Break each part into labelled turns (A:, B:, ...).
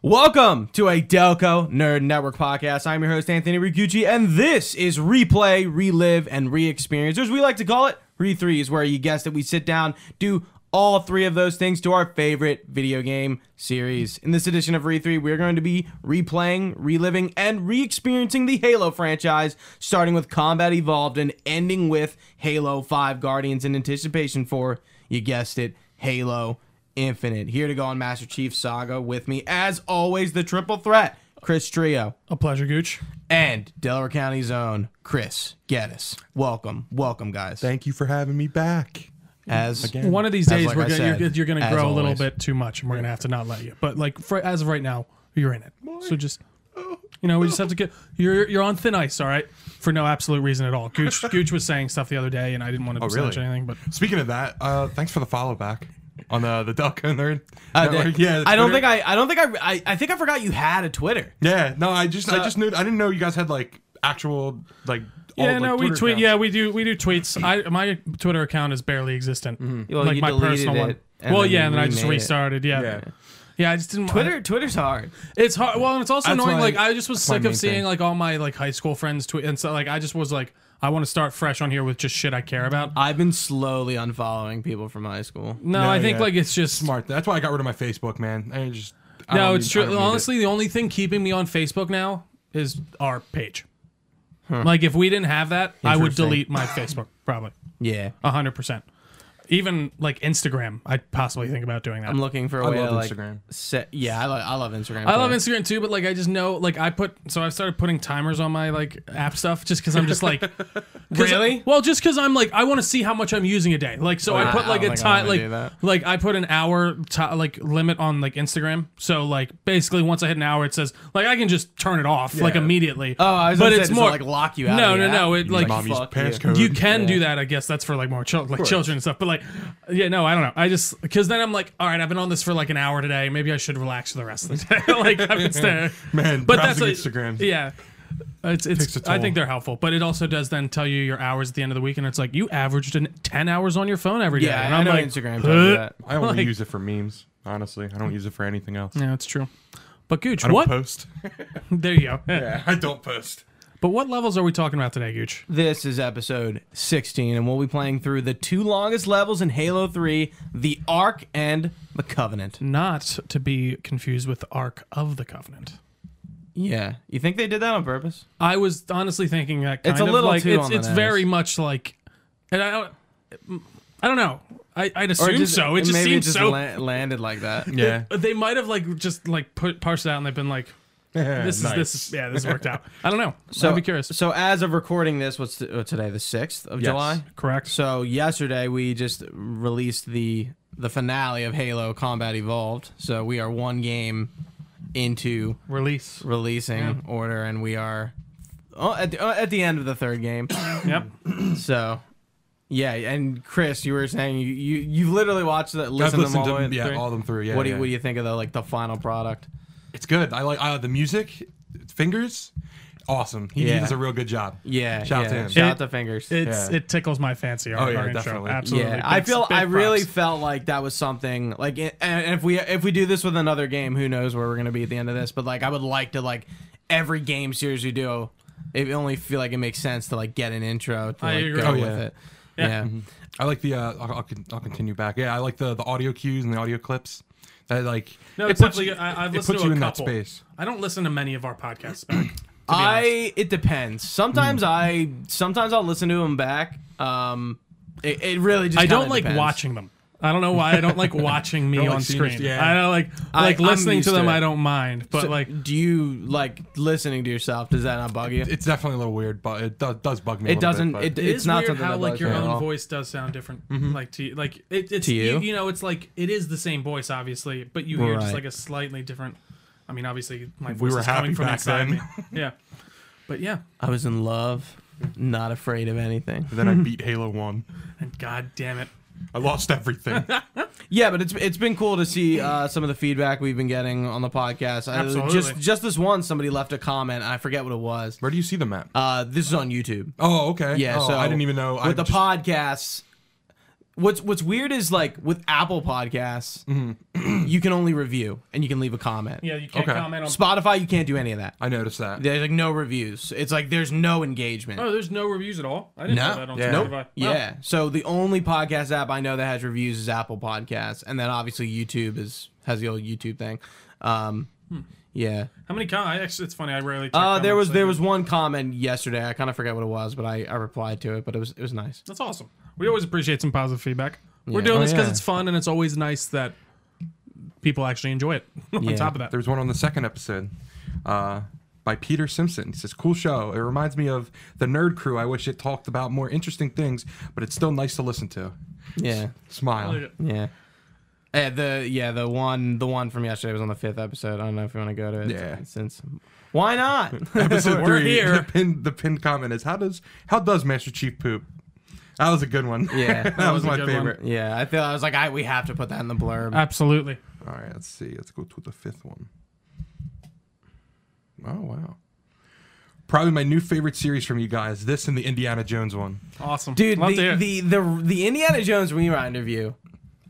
A: Welcome to a Delco Nerd Network podcast. I'm your host, Anthony Rigucci, and this is Replay, Relive, and Re-Experience. Or as we like to call it, Re3 is where you guessed it. We sit down, do all three of those things to our favorite video game series. In this edition of Re3, we're going to be replaying, reliving, and re-experiencing the Halo franchise, starting with Combat Evolved and ending with Halo 5 Guardians in anticipation for, you guessed it, Halo Infinite. Here to go on Master Chief Saga with me, as always, the triple threat, Chris Trio,
B: A pleasure, Gooch.
A: and Delaware County's own Chris Geddes. Welcome, welcome, guys.
C: Thank you for having me back.
A: As
C: Again.
B: One of these days,
A: like
B: we're
A: I
B: gonna, you're,
A: said,
B: you're going to
A: as
B: grow a little
A: always.
B: bit too much, and we're going to have to not let you. But like for, as of right now, you're in it. So just, you know, we just have to get you're you're on thin ice, all right? For no absolute reason at all. Gooch Gooch was saying stuff the other day, and I didn't
A: Oh,
B: want to
C: really?
B: snitch anything, but
C: Speaking of that, uh, thanks for the follow back on the the Delco Nerd.
A: Uh,
C: Network.
A: th-
C: yeah,
A: I don't think
C: Twitter.
A: I. I don't think I, I. I think I forgot you had a Twitter.
C: Yeah, no, I just I just knew I didn't know you guys had like actual like. all,
B: yeah,
C: like,
B: no, we
C: Twitter
B: tweet.
C: accounts.
B: Yeah, we do. We do tweets. I my Twitter account is barely existent.
A: Well, you deleted it, and
B: Well,
A: then you
B: yeah, and then I just
A: remade it.
B: restarted. Yeah.
C: Yeah.
B: yeah, I just didn't.
A: Twitter. Twitter's hard.
B: It's hard. Well, and it's also
C: That's
B: annoying.
C: my-
B: like I just was
C: my
B: sick
C: main
B: of seeing
C: thing.
B: like all my like high school friends tweet, and so like I just was like, I want to start fresh on here with just shit I care about.
A: I've been slowly unfollowing people from high school.
B: No,
C: No,
B: I think
C: yeah.
B: like it's just
C: smart. That's why I got rid of my Facebook, man. I just I
B: No,
C: don't
B: it's
C: need-
B: true.
C: I don't need it.
B: Honestly, the only thing keeping me on Facebook now is our page. Like if we didn't have that, I would
A: Interesting.
B: delete my Facebook probably
A: Yeah,
B: hundred percent. Even like Instagram, I'd possibly think about doing that.
A: I'm looking for a
C: I
A: way
C: love
A: to like.
C: Instagram.
A: Set, yeah, I, lo- I love Instagram.
B: I love
A: too.
B: Instagram too, but like I just know, like I put, so I've started putting timers on my like app stuff just because I'm just like, 'cause-
A: Really?
B: well, just because I'm like I want to see how much I'm using a day. Like so, I
A: I-
B: put
A: I
B: like
A: don't
B: a
A: think I
B: time
A: wanna do that.
B: like like I put an hour ti like limit on like Instagram. So like basically once I hit an hour, it says like I can just turn it off like immediately.
A: Oh, I was.
B: but
A: gonna say,
B: it's
A: does it,
B: more
A: like lock you out.
B: No,
A: of the
B: no, no,
A: app?
B: it, like,
C: Mom used
A: Fuck you.
C: passcode.
B: you can do that, I guess. That's for like more chil- like children and stuff. But like, yeah, no, I don't know. I just because then I'm like, all right, I've been on this for like an hour today. Maybe I should relax for the rest of the day. like, I've been staring.
C: Man,
B: but that's
C: browsing
B: a-
C: Instagram.
B: Yeah, Uh, it's
C: Takes a
B: it's.
C: toll.
B: I think they're helpful, but it also does then tell you your hours at the end of the week, and it's like you averaged an ten hours on your phone every day.
A: Yeah,
B: and
A: I
B: I'm
A: know
B: like,
A: Instagram. does that.
C: I only
B: like-
C: use it for memes. Honestly, I don't use it for anything else.
B: Yeah, it's true. But Gooch,
C: I don't
B: what?
C: post.
B: There you go.
C: yeah, I don't post.
B: But what levels are we talking about today, Gooch?
A: This is episode 16, and we'll be playing through the two longest levels in Halo 3 the Ark and the Covenant.
B: Not to be confused with the Ark of the Covenant.
A: Yeah. You think they did that on purpose?
B: I was honestly thinking that kind
A: It's a
B: of
A: little
B: like
A: too
B: it's,
A: on the
B: it's
A: nose.
B: very much like, and I don't, I don't know. I I'd assume
A: just-
B: so. It just
A: maybe
B: seems
A: just
B: so.
A: la- landed like that.
C: Yeah,
B: They might have like just like put parsed it out, and they've been like, this is this is yeah, this worked out. I don't know. So, I'd be curious.
A: So, as of recording this, what's t- uh, today? The 6th of
C: Yes.
A: July?
B: Correct.
A: So, yesterday we just released the the finale of Halo Combat Evolved. So, we are one game into
B: Release.
A: releasing order, and we are oh, at, the, oh, at the end of the third game.
B: Yep.
A: So, yeah, and Chris, you were saying you you, you literally watched that,
C: I've
A: listened, to them
C: listened
A: all
C: to
A: the way
C: them, yeah,
A: through.
C: all them through. Yeah,
A: what do you
C: yeah.
A: what do you think of the like the final product?
C: It's good. I like uh, the music. Fingers, awesome. He
A: Yeah.
C: does a real good job.
A: Yeah,
C: Shout
A: yeah.
C: to him.
A: Shout out
B: It-
A: to fingers.
B: It's
C: Yeah.
B: it tickles my fancy. Our,
C: Oh, yeah,
B: our intro.
C: definitely.
B: Absolutely.
A: yeah, I
B: Big-
A: feel
B: big
A: I really
B: props.
A: felt like that was something like, and, and if we if we do this with another game, who knows where we're gonna be at the end of this? But like, I would like to like every game series we do, it only feel like it makes sense to like get an intro to
B: I
A: like,
B: agree.
A: go
B: Oh,
A: with
C: yeah.
A: it.
B: Yeah.
A: Yeah,
C: I like the. Uh, I'll, I'll, con- I'll continue back. Yeah, I like the the audio cues and the audio clips. That like
B: No,
C: it
B: it's
C: puts
B: definitely.
C: you-
B: I, I've
C: it
B: listened
C: puts
B: to a
C: you in
B: couple.
C: that space.
B: I don't listen to many of our podcasts back.
A: I it depends. Sometimes I sometimes I'll listen to them back. Um, it, it really just
B: I don't
A: kinda
B: like
A: depends.
B: watching them. I I don't know why I don't like watching me
C: Don't like
B: on
C: seeing it,
B: screen.
C: yeah.
B: I don't like
A: I-
B: like
A: I'm
B: listening
A: used
B: to
A: to
B: them.
A: it.
B: I don't mind, but
A: So,
B: like
A: do you like listening to yourself? Does that not bug you?
C: It's definitely a little weird, but it does, does bug me. a
A: It
C: little
A: doesn't.
C: Bit, but-
A: it,
B: it
A: it's
B: is
A: not
B: weird
A: something
B: how
A: that
B: like
A: bugs
B: your
A: me at all. Mm-hmm.
B: own voice does sound different. Like to you, like it, it's
A: To you?
B: you? you know it's like it is the same voice obviously, but you hear
A: Right.
B: just like a slightly different. I mean, obviously my voice
C: We were
B: is coming
C: happy
B: from
C: back
B: inside
C: then.
B: me. Yeah, but yeah,
A: I was in love, not afraid of anything.
C: then I beat Halo One.
B: and god damn it,
C: I lost everything.
A: Yeah, but it's it's been cool to see uh, some of the feedback we've been getting on the podcast. I-
B: Absolutely.
A: just just this one, somebody left a comment. I forget what it was.
C: Where do you see the map?
A: Uh, this is on YouTube.
C: Oh, okay.
A: Yeah,
C: Oh,
A: so
C: I didn't even know.
A: With
C: I
A: the
C: just-
A: podcasts, What's What's weird is like with Apple Podcasts, you can only review and you can leave a comment.
B: Yeah, you can't
C: Okay.
B: comment on.
A: Spotify, you can't do any of that.
C: I noticed that.
A: There's like no reviews. It's like there's no engagement.
B: Oh, there's no reviews at all. I didn't
A: No.
B: know that on
C: Yeah.
B: Spotify.
C: Nope.
B: Wow.
A: Yeah. So the only podcast app I know that has reviews is Apple Podcasts, and then obviously YouTube is has the old YouTube thing. Um,
B: Hmm.
A: Yeah.
B: How many comments? It's funny. I rarely. check
A: Uh, there
B: comments,
A: was
B: so I
A: there
B: didn't-
A: was one comment yesterday. I kind of forgot what it was, but I, I replied to it. But it was it was nice.
B: That's awesome. We always appreciate some positive feedback. We're
A: Yeah.
B: doing
A: Oh,
B: this because
A: yeah.
B: it's fun and it's always nice that people actually enjoy it. on
A: Yeah.
B: top of that,
C: There was one on the second episode uh, by Peter Simpson. He says, Cool show. It reminds me of the Nerd Crew. I wish it talked about more interesting things, but it's still nice to listen to.
A: Yeah.
C: Smile.
A: Yeah. Uh, the yeah the one the one from yesterday was on the fifth episode. I don't know if you want to go to it.
C: Yeah.
A: Since why not?
C: Episode
B: We're
C: three.
B: here.
C: The pinned, the pinned comment is, How does how does Master Chief poop? That was a good one.
A: Yeah,
C: that,
A: that
C: was,
B: was a
C: my
B: good one.
C: favorite.
A: yeah, I feel I was like I we have to put that in the blurb.
B: absolutely.
C: All right, let's see. Let's go to the fifth one. Oh, wow. Probably my new favorite series from you guys. This and the Indiana Jones one.
B: Awesome,
A: Dude,
B: Love to
A: the,
B: hear.
A: the the the Indiana Jones Rewrite interview,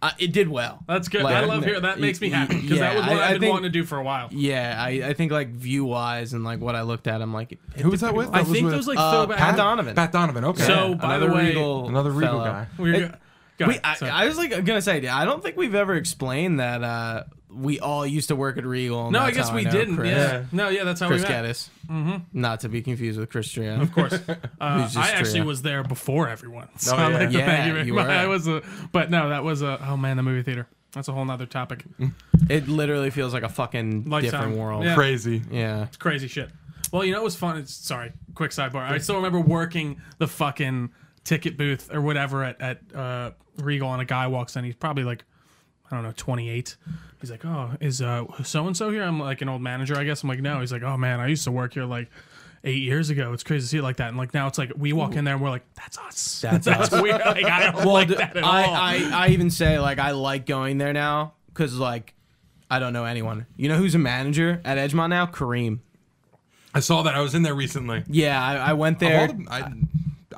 A: uh, it did well.
B: that's good.
A: Like,
B: I love here. That
A: y-
B: makes me
A: y-
B: happy because
A: yeah,
B: that was
A: I-
B: what I,
A: I
B: have been
A: think-
B: wanting to do for a while.
A: Yeah, I, I think like view wise and like what I looked at, I'm like, it-
C: Who was that with?
B: I
C: That
B: think
C: with-
B: those like
A: uh,
B: throwback.
A: Pat Donovan.
C: Pat Donovan. Okay.
B: So,
A: Yeah,
B: by
A: another
B: the way-
A: Regal
C: Another Regal
A: fellow.
C: guy.
B: We're-
A: It-
B: go
A: We,
B: ahead,
A: I,
B: sorry.
A: I was like gonna say, I don't think we've ever explained that uh, we all used to work at Regal. and
B: no, I
A: that's
B: guess
A: how
B: we
A: know
B: didn't.
A: Chris,
B: Yeah. No, yeah, that's how
A: Chris
B: we met. Mm-hmm.
A: Geddes, not to be confused with Chris Trian.
B: Of course, uh,
A: just
B: I actually
A: Tria.
B: was there before everyone. So
C: Oh,
B: I'd
C: yeah.
B: like to
A: Yeah,
B: thank you very
A: you
B: much.
A: were.
B: I was a, but no, that was a. Oh man, the movie theater. That's a whole nother topic.
A: It literally feels like a fucking
B: Lifetime.
A: different world.
B: Yeah.
C: Crazy.
A: yeah.
B: crazy shit. Well, you know what was fun? It's, sorry, quick sidebar. I still remember working the fucking ticket booth or whatever at, at uh, Regal, and a guy walks in. He's probably like, I don't know, 28. He's like, oh, is uh so and so here? I'm like an old manager, I guess. I'm like, no. He's like, oh man, I used to work here like eight years ago. It's crazy to see it like that. And like now, it's like we walk in there and we're like, that's us.
A: That's
B: weird. Like, I don't like that at all.
A: I, I, I even say like I like going there now because like I don't know anyone. You know who's a manager at Edgemont now? Kareem.
C: I saw that. I was in there recently.
A: Yeah, I, I went
C: Of all
A: there.
C: the- I,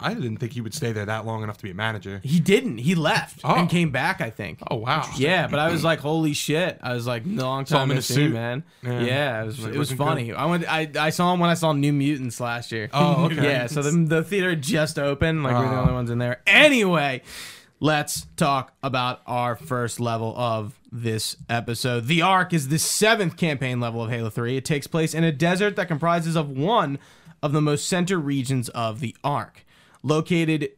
C: I didn't think he would stay there that long enough to be a manager.
A: He didn't. He left
C: Oh.
A: and came back. I think.
C: Oh wow.
A: Yeah, but I was like, holy shit! I was like, long
C: Saw
A: time
C: him in
A: no
C: a
A: see,
C: suit.
A: man. Yeah,
C: Yeah.
A: it was,
C: Like,
A: it was
C: looking
A: funny. I went. I, I saw him when I saw New Mutants last year.
C: Oh, okay.
A: yeah. So the the theater just opened. Like we we're the
C: Ah.
A: only ones in there. Anyway, let's talk about our first level of this episode. The Ark is the seventh campaign level of Halo Three. It takes place in a desert that comprises of one of the most center regions of the Ark, located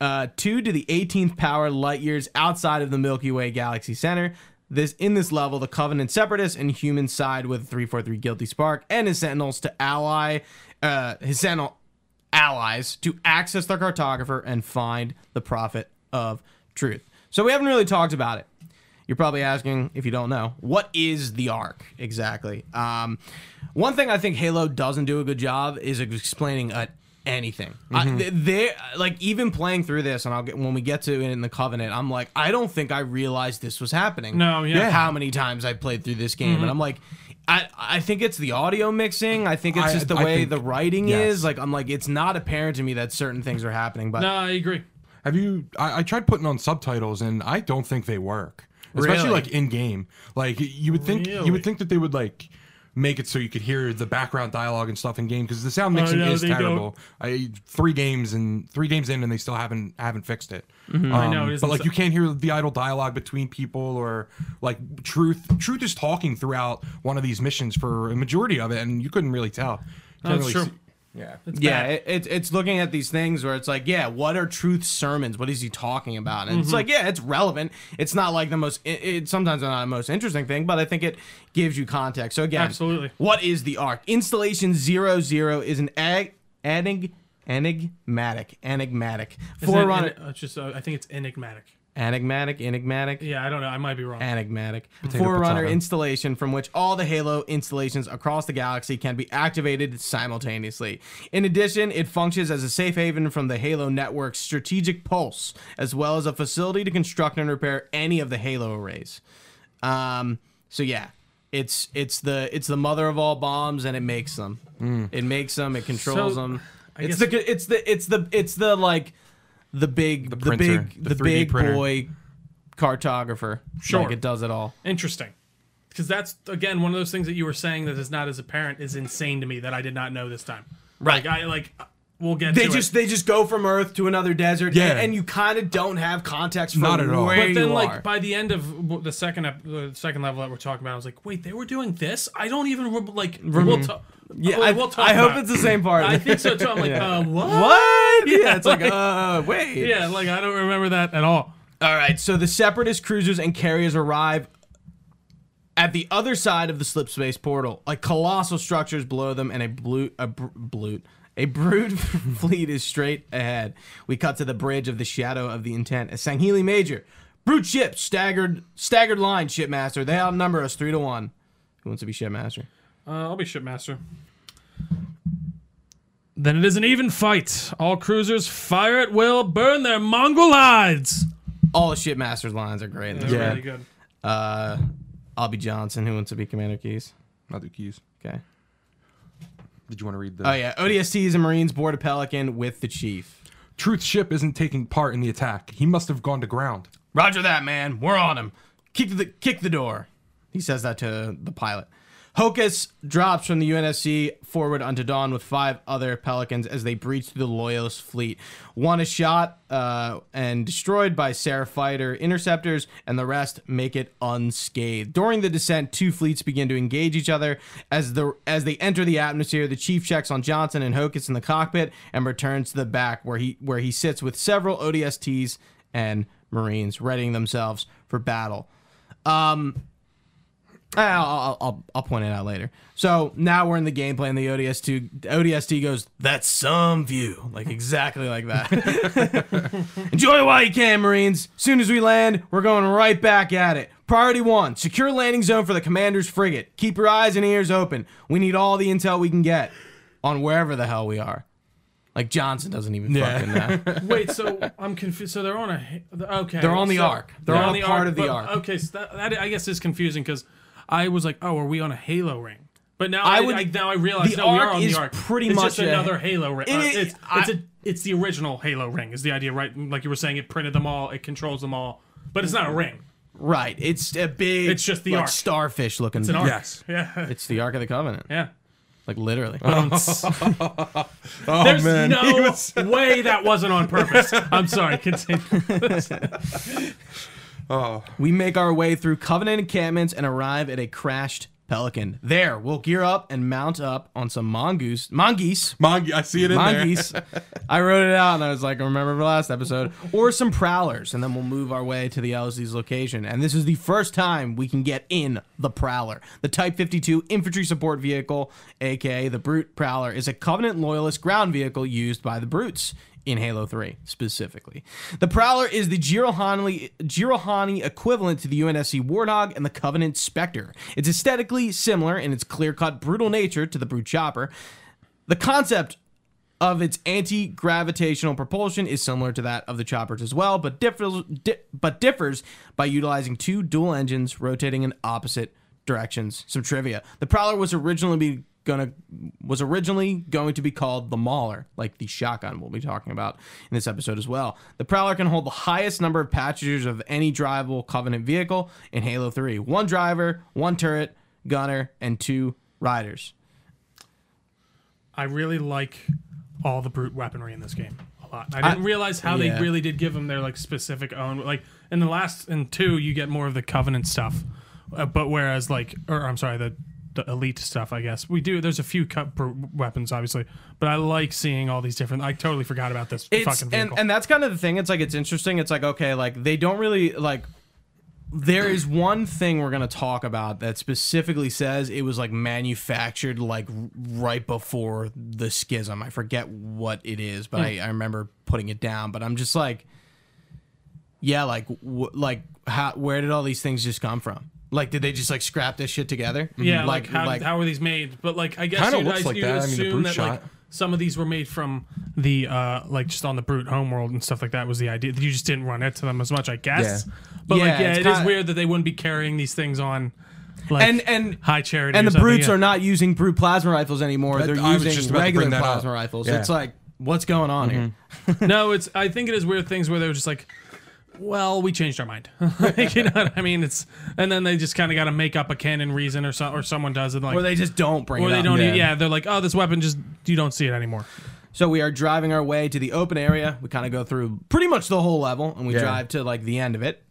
A: uh, two to the 18th power light years outside of the Milky Way galaxy center. This in this level, the Covenant Separatists and humans side with 343 Guilty Spark and his Sentinels to ally uh, his Sentinel allies to access their cartographer and find the Prophet of Truth. So we haven't really talked about it. You're probably asking if you don't know what is the Ark exactly. Um, one thing I think Halo doesn't do a good job is explaining uh, anything.
C: Mm-hmm.
A: I, th- they like even playing through this, and I'll get when we get to it in the Covenant. I'm like, I don't think I realized this was happening.
B: No, yeah.
A: How many times I played through this
C: Mm-hmm.
A: game, and I'm like. I, I think it's the audio mixing. I think it's
C: I-
A: just the
C: I
A: way
C: think-
A: the writing
C: yes.
A: is. Like I'm like it's not apparent to me that certain things are happening. But
B: no, I agree.
C: Have you? I, I tried putting on subtitles, and I don't think they work, especially
A: Really?
C: like in game. Like y- you would think, you
B: Really?
C: would think that they would like make it so you could hear the background dialogue and stuff in game because the sound mixing
B: Oh, no,
C: is
B: they don't.
C: terrible. I three games and three games in, and they still haven't haven't fixed it.
B: Mm-hmm.
C: Um,
B: I know, it is
C: but like
B: insa-
C: you can't hear the idle dialogue between people or like truth. Truth is talking throughout one of these missions for a majority of it, and you couldn't really tell. You can't
B: That's
C: really
B: true.
C: see- Yeah.
A: yeah,
B: bad.
A: it, it's it's looking at these things where it's like, yeah, what are truth sermons? What is he talking about? And
B: Mm-hmm.
A: it's like, yeah, it's relevant. It's not like the most. It, it's sometimes not the most interesting thing, but I think it gives you context. So again,
B: Absolutely.
A: what is the arc? Installation zero zero is an ag, enig, enigmatic, enigmatic
B: Isn't it
A: forerunner,
B: en- it's just, uh, I think it's enigmatic.
A: enigmatic, enigmatic.
B: Yeah, I don't know. I might be wrong.
A: Enigmatic. Forerunner
C: potato.
A: installation from which all the Halo installations across the galaxy can be activated simultaneously. In addition, it functions as a safe haven from the Halo network's strategic pulse, as well as a facility to construct and repair any of the Halo arrays. Um, so yeah, it's it's the it's the mother of all bombs, and it makes them. It makes them. It controls
B: So,
A: them.
B: I
A: it's
B: guess-
A: the it's the it's the it's the like the big the,
C: printer,
A: big
C: the
A: the,
C: 3D
A: big
C: printer.
A: boy cartographer.
B: Sure.
A: Like it does it all.
B: Interesting. Because that's again one of those things that you were saying that is not as apparent is insane to me that I did not know this time.
A: Right.
B: Like I like we'll get
A: They
B: to
A: just
B: it.
A: they just go from Earth to another desert,
C: Yeah.
A: and, and you kind of don't have context for
C: Not at all.
A: where
B: But
A: you
B: then
A: are.
B: like by the end of w- the second ep- the second level that we're talking about, I was like, wait, they were doing this? I don't even rem- like. We'll ta- oh,
A: yeah,
B: we'll-
A: I,
B: we'll talk
A: I hope
B: about
A: it's
B: it.
A: the same part.
B: I think so too. I'm like,
A: Yeah.
B: uh, what?
A: What? Yeah, it's like,
B: like-
A: uh, wait.
B: Yeah, like I don't remember that at all.
A: All right, so the separatist cruisers and carriers arrive at the other side of the slip space portal. Like colossal structures below them, and a blue a br- blute. A brute fleet is straight ahead. We cut to the bridge of the shadow of the intent. A Sangheili major, brute ship, staggered staggered line, shipmaster. They outnumber us three to one. Who wants to be shipmaster?
B: Uh, I'll be shipmaster. Then it is an even fight. All cruisers fire at will, burn their Mongol hides.
A: All the shipmaster's lines are great.
B: They're
C: Yeah.
B: really good.
A: Uh, I'll be Johnson. Who wants to be Commander Keys?
C: I'll do keys.
A: Okay.
C: Did you want to read the?
A: Oh yeah, ODST is a Marines board a Pelican with the chief.
C: Truth ship isn't taking part in the attack. He must have gone to ground.
A: Roger that, man. We're on him. Kick the kick the door. He says that to the pilot. Hocus drops from the UNSC forward onto Dawn with five other Pelicans as they breach through the Loyalist fleet. One is shot uh, and destroyed by Sarah fighter interceptors, and the rest make it unscathed. During the descent, two fleets begin to engage each other. As the as they enter the atmosphere, the chief checks on Johnson and Hocus in the cockpit and returns to the back where he where he sits with several ODSTs and Marines readying themselves for battle. Um, I'll, I'll, I'll, I'll point it out later. So now we're in the gameplay, and the ODS2 ODST goes, "That's some view," like exactly like that. Enjoy while you can, Marines. Soon as we land, we're going right back at it. Priority one: secure landing zone for the commander's frigate. Keep your eyes and ears open. We need all the intel we can get on wherever the hell we are. Like Johnson doesn't even fucking know.
B: Wait, so I'm confused. So they're on a okay.
A: They're on the
B: so-
A: Ark. They're on a part of the
B: but-
A: Ark.
B: Okay, so that, that I guess is confusing because I was like, oh, are we on a Halo ring? But now
A: I
B: I,
A: would-
B: I, now I realize
A: the
B: no, we are
A: Ark
B: on
A: is
B: the Ark.
A: pretty
B: it's
A: much
B: just
A: a-
B: another Halo ring.
A: It
B: Uh,
A: is-
B: it's it's, a, it's the original Halo ring. Is the idea right? Mm, Like you were saying, it printed them all. It controls them all. But it's not a ring.
A: right? It's a big.
B: It's just the
A: like,
B: Ark.
A: starfish looking.
B: It's an Ark.
C: Yes.
B: Yeah.
A: It's the Ark of the Covenant.
B: Yeah.
A: Like literally.
C: Oh
B: There's no way that wasn't on purpose. I'm sorry. Continue.
C: Oh,
A: We make our way through Covenant encampments and arrive at a crashed Pelican. There, we'll gear up and mount up on some mongoose, mongoose,
C: Mongi, I see it in
A: mongoose. I wrote it out and I was like, remember the last episode, or some prowlers, and then we'll move our way to the LZ's location. And this is the first time we can get in the prowler. The Type 52 infantry support vehicle, aka the Brute Prowler, is a Covenant loyalist ground vehicle used by the Brutes in Halo 3 specifically. The Prowler is the Jirohani, Jirohani equivalent to the UNSC Warthog and the Covenant Spectre. It's aesthetically similar in its clear-cut brutal nature to the Brute Chopper. The concept of its anti-gravitational propulsion is similar to that of the choppers as well, but differs di- but differs by utilizing two dual engines rotating in opposite directions. Some trivia: the Prowler was originally be gonna was originally going to be called the Mauler, like the shotgun we'll be talking about in this episode as well. The Prowler can hold the highest number of passengers of any drivable Covenant vehicle in Halo 3: one driver, one turret gunner, and two riders.
B: I really like all the brute weaponry in this game a lot. I didn't realize how
A: yeah.
B: they really did give them their like specific own. Like in the last in two, you get more of the covenant stuff, uh, but whereas like, or I'm sorry, the the elite stuff. I guess we do. There's a few cut brute weapons, obviously, but I like seeing all these different. I totally forgot about this
A: it's
B: fucking vehicle.
A: and, and that's kind of the thing it's like it's interesting it's like okay like they don't really like there is one thing we're going to talk about that specifically says it was like manufactured like r- right before the schism i forget what it is
B: Hmm.
A: but I, I remember putting it down but i'm just like yeah like w- like how where did all these things just come from like did they just like scrap this shit together
B: yeah, like, how, how are these made? But like, I guess
C: Kinda
B: you
C: looks
B: guys
C: like
B: you
C: that. I mean, the
B: assume
C: brute
B: that like
C: shot.
B: some of these were made from the uh like just on the brute homeworld and stuff like that was the idea. You just didn't run it to them as much, I guess.
C: Yeah.
B: But
A: Yeah,
B: like, yeah,
A: it's
B: it is
A: kinda-
B: weird that they wouldn't be carrying these things on like
A: and and
B: high charity.
A: and
B: or
A: the
B: something,
A: brutes
B: yeah.
A: are not using brute plasma rifles anymore.
C: That-
A: They're
C: I was
A: using
C: just about to
A: regular
C: bring that up.
A: plasma rifles.
C: Yeah. Mm-hmm.
A: It's like what's going on here?
B: no, it's. I think it is weird things where they were just like, well, we changed our mind. Like, you know what I mean? It's and then they just kind of got to make up a canon reason or so, or someone does it like.
A: Or they just don't bring
B: or
A: it
B: they
A: up.
B: don't.
C: yeah.
B: Yeah. they're like, oh, this weapon just you don't see it anymore.
A: So we are driving our way to the open area. We kind of go through pretty much the whole level, and we
C: Yeah.
A: drive to like the end of it.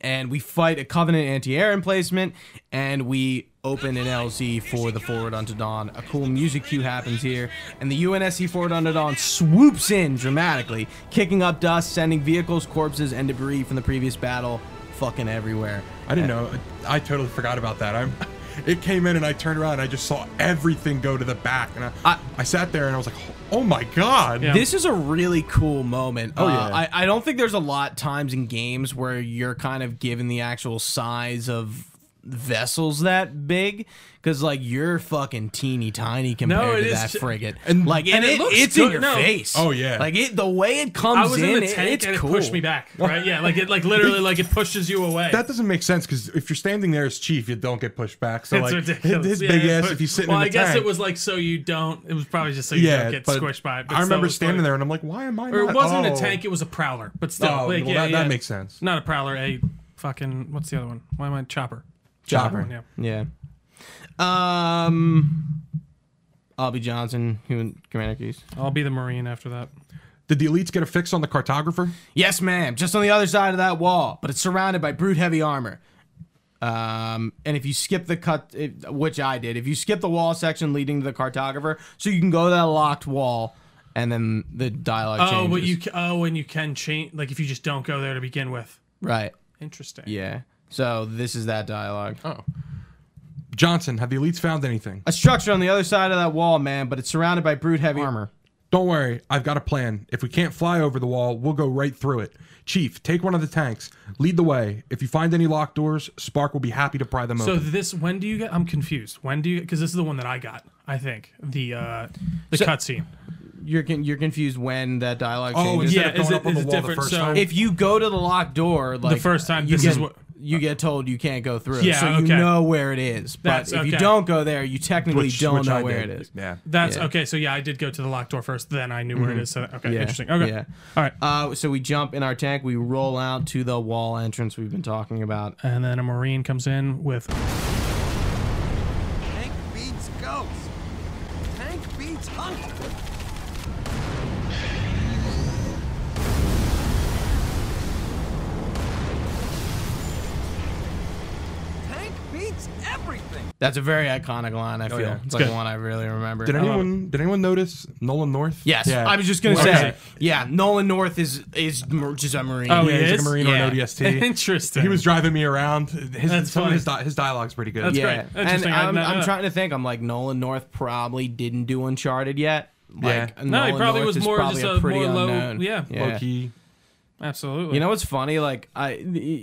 A: And we fight a Covenant anti-air emplacement, and we open an LZ for the forward onto dawn. A cool music cue happens here, and the UNSC forward onto dawn swoops in dramatically, kicking up dust, sending vehicles, corpses, and debris from the previous battle fucking everywhere.
C: I didn't know. I totally forgot about that. I'm. It came in and I turned around and I just saw everything go to the back and I,
A: I-
C: I, sat there and I was like, oh my god.
B: Yeah.
A: This is a really cool moment. Oh,
C: yeah.
A: I, I don't think there's a lot times in games where you're kind of given the actual size of vessels that big because like you're fucking teeny tiny compared
B: it
A: to
B: is
A: that
B: ju-
A: frigate and
C: and-
A: like and,
B: and it
A: it,
B: looks
A: it's in
B: good.
A: your
B: No.
A: face
C: Oh, yeah.
A: like it the way it comes
B: I was in, the
A: it-
B: tank
A: it's
B: and
A: cool
B: it pushed me back. Right? Yeah, like it like literally like it pushes you away.
C: That doesn't make sense because if you're standing there as chief, you don't get pushed back. So
B: it's
C: like
B: ridiculous.
C: his
B: Yeah,
C: big
B: it
C: ass,
B: put-
C: if he's sitting
B: Well,
C: in the
B: I guess
C: tank-
B: it was like so you don't. It was probably just so you
C: yeah,
B: don't get
C: but
B: squished by it. but
C: I
B: still,
C: remember
B: it was
C: standing
B: funny.
C: there and I'm like, why am I?
B: Or it
C: not-
B: wasn't a
C: oh.
B: tank; it was a prowler. But still,
C: Oh,
B: like,
C: well,
B: yeah,
C: that- that
B: yeah.
C: makes sense.
B: Not a prowler, a fucking what's the other one? Why am I chopper?
C: Chopper.
B: Yeah.
A: yeah um Albie Johnson who Commander Keys
B: I'll be the marine after that.
C: Did the elites get a fix on the cartographer?
A: Yes, ma'am. Just on the other side of that wall, but it's surrounded by brute heavy armor. Um, and if you skip the cut, it, which I did, if you skip the wall section leading to the cartographer, so you can go to that locked wall, and then the dialogue
B: Oh,
A: changes.
B: but you ca- oh, and you can change like if you just don't go there to begin with.
A: right?
B: Interesting.
A: Yeah. So this is that dialogue.
C: Oh. Johnson, have the elites found anything?
A: A structure on the other side of that wall, man, but it's surrounded by brute heavy armor.
C: Don't worry, I've got a plan. If we can't fly over the wall, we'll go right through it. Chief, take one of the tanks. Lead the way. If you find any locked doors, Spark will be happy to pry them
B: So
C: open.
B: this when do you get? I'm confused. When do you? Because this is the one that I got. I think the uh the cutscene.
A: You're con- you're confused when that dialogue
C: Oh,
A: changes.
C: instead
B: Yeah,
C: of going
B: is it-
C: up on
B: is
C: the
B: it
C: wall the
B: different?
C: first
B: So-
C: time.
A: If you go to the locked door, like
B: first time,
A: you
B: this
A: get,
B: is what-
A: you get told you can't go through.
B: Yeah,
A: so you
B: okay.
A: know where it is. But
B: That's-
A: if you
B: okay.
A: don't go there, you technically
C: Which-
A: don't
C: which
A: know
C: I
A: where
C: did.
A: it is.
C: Yeah.
B: That's
A: Yeah.
B: okay. So yeah, I did go to the locked door first. Then I knew where it is. So okay,
A: Yeah,
B: interesting. Okay,
A: yeah.
B: all right.
A: Uh, so we jump in our tank, we roll out to the wall entrance we've been talking about.
B: And then a marine comes in with
D: Tank beats ghost. Tank beats hunter. Tank beats everything.
A: That's a very iconic line. I feel
C: Oh, yeah.
A: it's like
B: good.
A: one I really remember.
C: Did anyone did anyone notice Nolan North?
A: Yes,
C: Yeah.
A: I was just gonna
B: Okay.
A: say. Yeah, Nolan North is is mar- just a marine.
B: Oh,
C: yeah,
B: he
C: he's like
B: is?
C: a Marine
A: Yeah.
C: or an ODST.
B: interesting.
C: He was driving me around. His
B: That's
C: some
B: funny.
C: of his, di- his dialogue's pretty good.
B: That's
A: yeah,
B: great. Interesting,
A: and
B: I
A: I'm,
B: didn't know
A: I'm
B: that.
A: trying to think. I'm like Nolan North probably didn't do Uncharted yet. Like,
C: Yeah.
B: No, he
A: Nolan
B: probably
A: North
B: was
A: is
B: more
A: probably
B: just
A: a
B: a
A: pretty
B: more low-
A: unknown.
B: yeah.
C: Low key.
B: absolutely.
A: You know what's funny? Like I,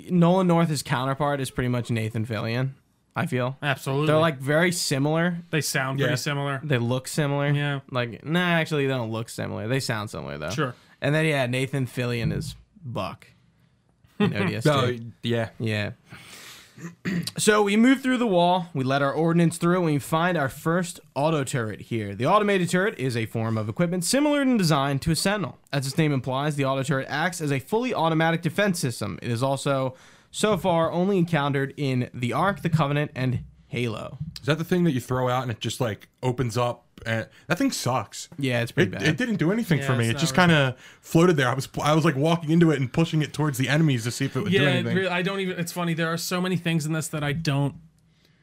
A: Nolan North's counterpart is pretty much Nathan Fillion. I feel
B: absolutely.
A: they're like very similar.
B: they sound
C: Yeah.
B: pretty similar.
A: They look similar.
B: Yeah.
A: Like nah, actually they don't look similar. They sound similar though.
B: Sure.
A: And then yeah, Nathan Fillion is Buck. In ODST.
C: No, yeah.
A: Yeah. So we move through the wall, we let our ordnance through, and we find our first auto turret here. The automated turret is a form of equipment similar in design to a sentinel. As its name implies, the auto turret acts as a fully automatic defense system. It is also, so far, only encountered in the Ark, the Covenant, and Halo.
C: Is that the thing that you throw out and it just like opens up? And that thing sucks.
A: Yeah, it's pretty
C: It,
A: bad.
C: it didn't do anything for
B: Yeah,
C: me.
B: it's
C: It
B: not
C: just
B: really-
C: kind of floated there. I was I was like walking into it and pushing it towards the enemies to see if it would do
B: yeah, it
C: anything.
B: really, I don't even. It's funny. There are so many things in this that I don't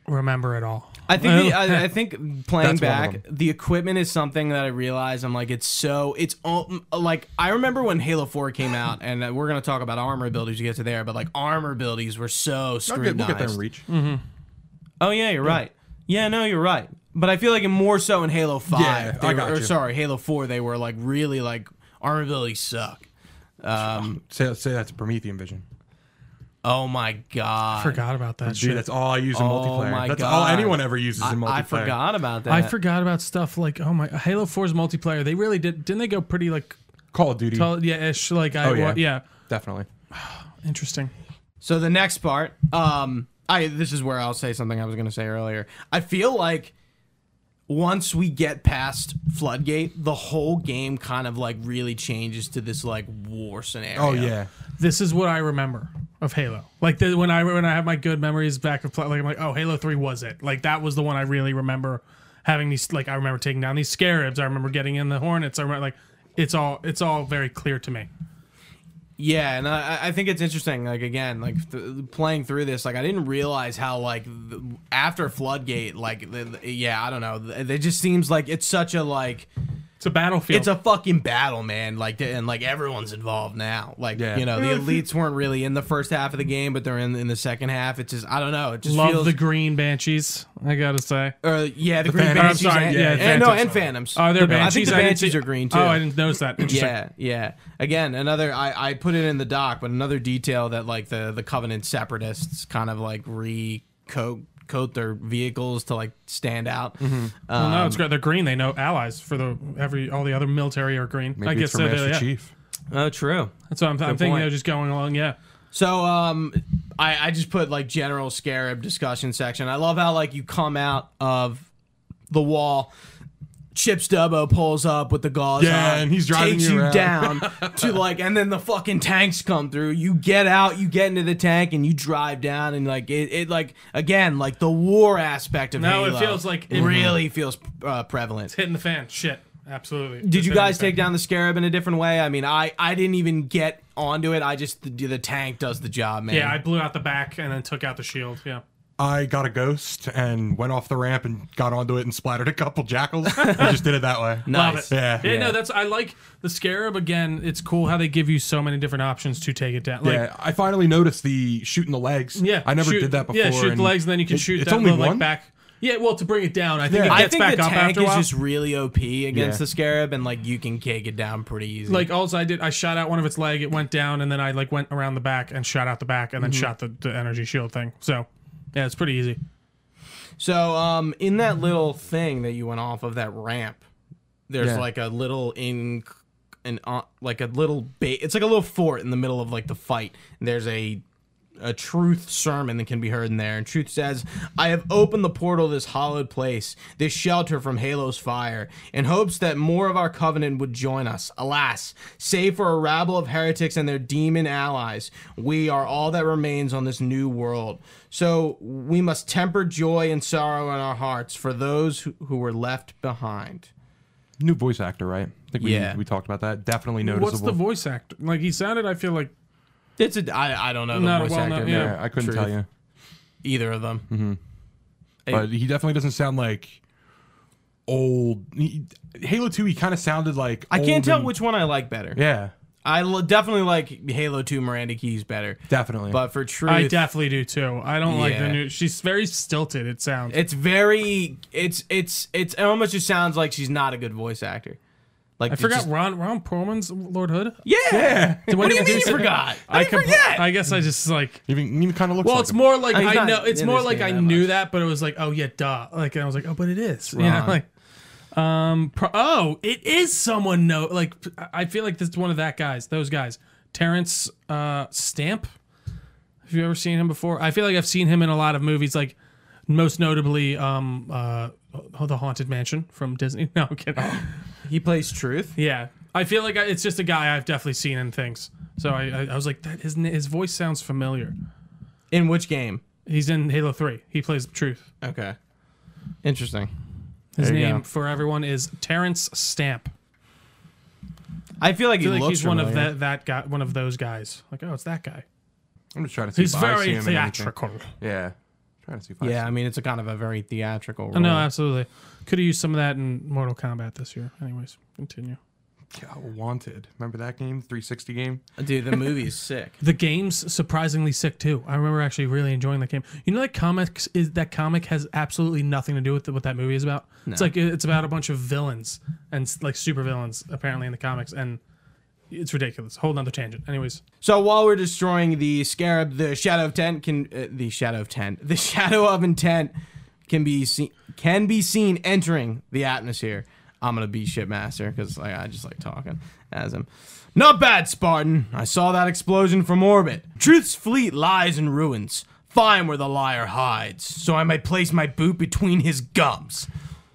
B: remember at all.
A: I think the, I, I think playing
C: That's one of
A: back the equipment is something that I realize I'm like it's so it's all like I remember when Halo Four came out and uh, we're gonna talk about armor abilities you get to there but like armor abilities were so
C: I'll get-
A: scrutinized.
C: we'll get there in reach.
A: Oh yeah, you're right. Yeah, no, you're right. But I feel like in more so in Halo Five,
C: Yeah,
A: they
C: I
A: were-
C: got
A: or
C: you.
A: sorry, Halo Four, they were like really like armor abilities suck.
C: Say, say that's Promethean vision.
A: Oh my god,
B: Forgot about that.
C: Dude,
B: shit.
C: that's all I use in
A: Oh
C: multiplayer.
A: my
C: that's
A: God.
C: all anyone ever uses in multiplayer.
A: I, I forgot about that.
B: I forgot about stuff like oh my Halo 4's multiplayer. They really did. Didn't they go pretty like
C: Call of Duty.
B: tall, yeah ish like I
C: Oh,
B: yeah.
C: yeah.
B: yeah
C: Definitely.
B: interesting.
A: So the next part, um, I this is where I'll say something I was gonna say earlier. I feel like once we get past Floodgate, the whole game kind of like really changes to this like war scenario.
C: Oh yeah.
B: this is what I remember of Halo. Like the, when I when I have my good memories back of play, like I'm like, oh, Halo Three was it? Like that was the one I really remember having these. Like I remember taking down these scarabs. I remember getting in the hornets. I remember like it's all it's all very clear to me.
A: Yeah, and I, I think it's interesting. Like again, like th- playing through this, like I didn't realize how like th- after Floodgate, like the, the- yeah, I don't know. Th- It just seems like it's such a like
B: It's a battlefield.
A: it's a fucking battle, man. Like th- and like everyone's involved now. Like
C: Yeah.
A: you know, the elites weren't really in the first half of the game, but they're in in the second half. It's just I don't know. It just
B: love
A: feels
B: the green banshees. I gotta say.
A: or yeah, the, green
C: Phantoms.
A: banshees.
B: I'm sorry,
A: and,
B: yeah,
A: and- and- no,
B: Phantoms.
A: and phantoms.
B: Oh, they're
A: I
B: banshees.
A: think the
B: didn't
A: banshees
B: see-
A: are green too.
B: Oh, I didn't notice that. Interesting.
A: Yeah, yeah. Again, another I, I put it in the doc, but another detail that like the the Covenant separatists kind of like recoat coat their vehicles to like stand out.
B: Well,
A: Um,
B: Oh, no, it's great. They're green. They know allies for the every all the other military are green.
C: Maybe
B: I guess
C: it's for
B: so,
C: Master
B: yeah.
C: Chief.
A: oh, true.
B: That's what I'm, I'm thinking.
A: point.
B: They're just going along. Yeah.
A: So um I, I just put like general scarab discussion section. I love how like you come out of the wall. Chips Dubbo pulls up with the gauze
C: Yeah,
A: on,
C: and he's driving
A: takes
C: you
A: you,
C: around.
A: down to like, and then the fucking tanks come through. You get out, you get into the tank, and you drive down, and like it, it like again, like the war aspect of
B: No, it
A: Halo
B: feels like-
A: it really feels uh, prevalent.
B: Hitting the fan. Shit. Absolutely.
A: Did you guys take down the scarab in a different way? I mean, I I didn't even get onto it. I just the, the tank does the job, man.
B: Yeah, I blew out the back and then took out the shield. Yeah.
C: I got a ghost and went off the ramp and got onto it and splattered a couple jackals. I just did it that way.
A: nice.
B: Yeah.
C: Yeah.
B: yeah. No, that's I like the scarab again. It's cool how they give you so many different options to take it down. Like,
C: yeah, I finally noticed the shooting the legs.
B: Yeah,
C: I never
B: shoot-
C: did that before.
B: Yeah, shoot
C: and
B: the legs, and then you can
C: it-
B: shoot
C: It's
B: that
C: only
B: little, like
C: one?
B: back. Yeah, well, to bring it down, I think
C: Yeah.
B: it
C: I
A: I
B: gets
A: think
B: back
A: the
B: up
A: tank
B: after a
A: is
B: while.
A: just really OP against
C: Yeah.
A: the scarab, and like you can take it down pretty easy.
B: like alls I did, I shot out one of its leg, it went down, and then I like went around the back and shot out the back, and then
C: Mm-hmm.
B: shot the, the energy shield thing. So, yeah, it's pretty easy.
A: so, um, in that little thing that you went off of that ramp, there's
C: Yeah.
A: like a little in, an uh, like a little ba- It's like a little fort in the middle of like the fight. And there's a a truth sermon that can be heard in there. And truth says, I have opened the portal to this hallowed place, this shelter from Halo's fire, in hopes that more of our covenant would join us. Alas, save for a rabble of heretics and their demon allies, we are all that remains on this new world. So we must temper joy and sorrow in our hearts for those who, who were left behind.
C: New voice actor, right? I think we,
A: Yeah.
C: we talked about that. Definitely noticeable.
B: What's the voice actor? Like he sounded, I feel like
A: It's a I, I don't know the
B: Not a
A: voice
B: well-known-
A: actor.
B: yeah.
C: yeah, I couldn't
A: Truth.
C: tell you.
A: Either of them.
C: But he definitely doesn't sound like old. he- Halo 2, he kind of sounded like.
A: I
C: old
A: can't tell
C: and-
A: which one I like better.
C: Yeah,
A: I l- definitely like Halo 2 Miranda Keys better.
C: definitely.
A: But for truth,
B: I definitely do too. I don't like the
A: Yeah.
B: new. She's very stilted. It sounds.
A: it's very it's it's it's it almost just sounds like she's not a good voice actor. Like
B: I forgot Ron Ron Perlman's Lord Hood.
A: yeah. What
B: When
A: do
B: he
A: you
B: was
A: mean you
B: doing-
A: forgot?
B: I,
A: I
B: compl-
A: forget.
B: I guess I just like.
C: even even kind of looks
B: Well,
C: like
B: it's
C: him.
B: more like
A: He's
B: I
A: not
B: know. It's
A: in
B: more
A: this
B: like I
A: game that
B: knew
A: much.
B: that, but it was like, oh yeah, duh. Like and I was like, oh, but it is. You know,
A: Ron.
B: like, um, pro- oh, it is someone. No, like I I feel like this is one of that guys. Those guys, Terrence uh, Stamp. Have you ever seen him before? I feel like I've seen him in a lot of movies, like most notably, um, uh, oh, the Haunted Mansion from Disney. No, I'm kidding.
A: he plays truth.
B: Yeah, I feel like I, it's just a guy I've definitely seen in things. So I, I, I was like, that his, n- his voice sounds familiar.
A: In which game?
B: He's in Halo Three. He plays Truth.
A: Okay. Interesting.
B: His
A: There you
B: name
A: go.
B: for everyone is Terrence Stamp.
A: I feel like
B: I feel
A: he
B: like
A: looks
B: he's one of
A: familiar.
B: that that guy, one of those guys. Like, oh, it's that guy.
C: I'm just trying to see
B: He's
C: if I see
B: very
C: him in anything.
B: theatrical.
C: Yeah. Trying to see if I
A: Yeah,
C: see
A: I mean it's a kind of a very theatrical role.
B: Oh, no, absolutely. Could have used some of that in Mortal Kombat this year. Anyways, continue.
C: Yeah, Wanted. Remember that game? 360 game?
A: Dude, the movie's sick.
B: The game's surprisingly sick too. I remember actually really enjoying that game. You know that comics is that comic has absolutely nothing to do with what that movie is about. It's like it's about a bunch of villains and s- like super villains apparently in the comics, and it's ridiculous. Whole nother tangent. Anyways,
A: So while we're destroying the scarab, the shadow of tent can uh, the shadow of tent, the shadow of intent can be seen can be seen entering the atmosphere. I'm gonna be shipmaster because like, I just like talking as him. Not bad, Spartan. I saw that explosion from orbit. Truth's fleet lies in ruins. Fine where the liar hides, so I may place my boot between his gums.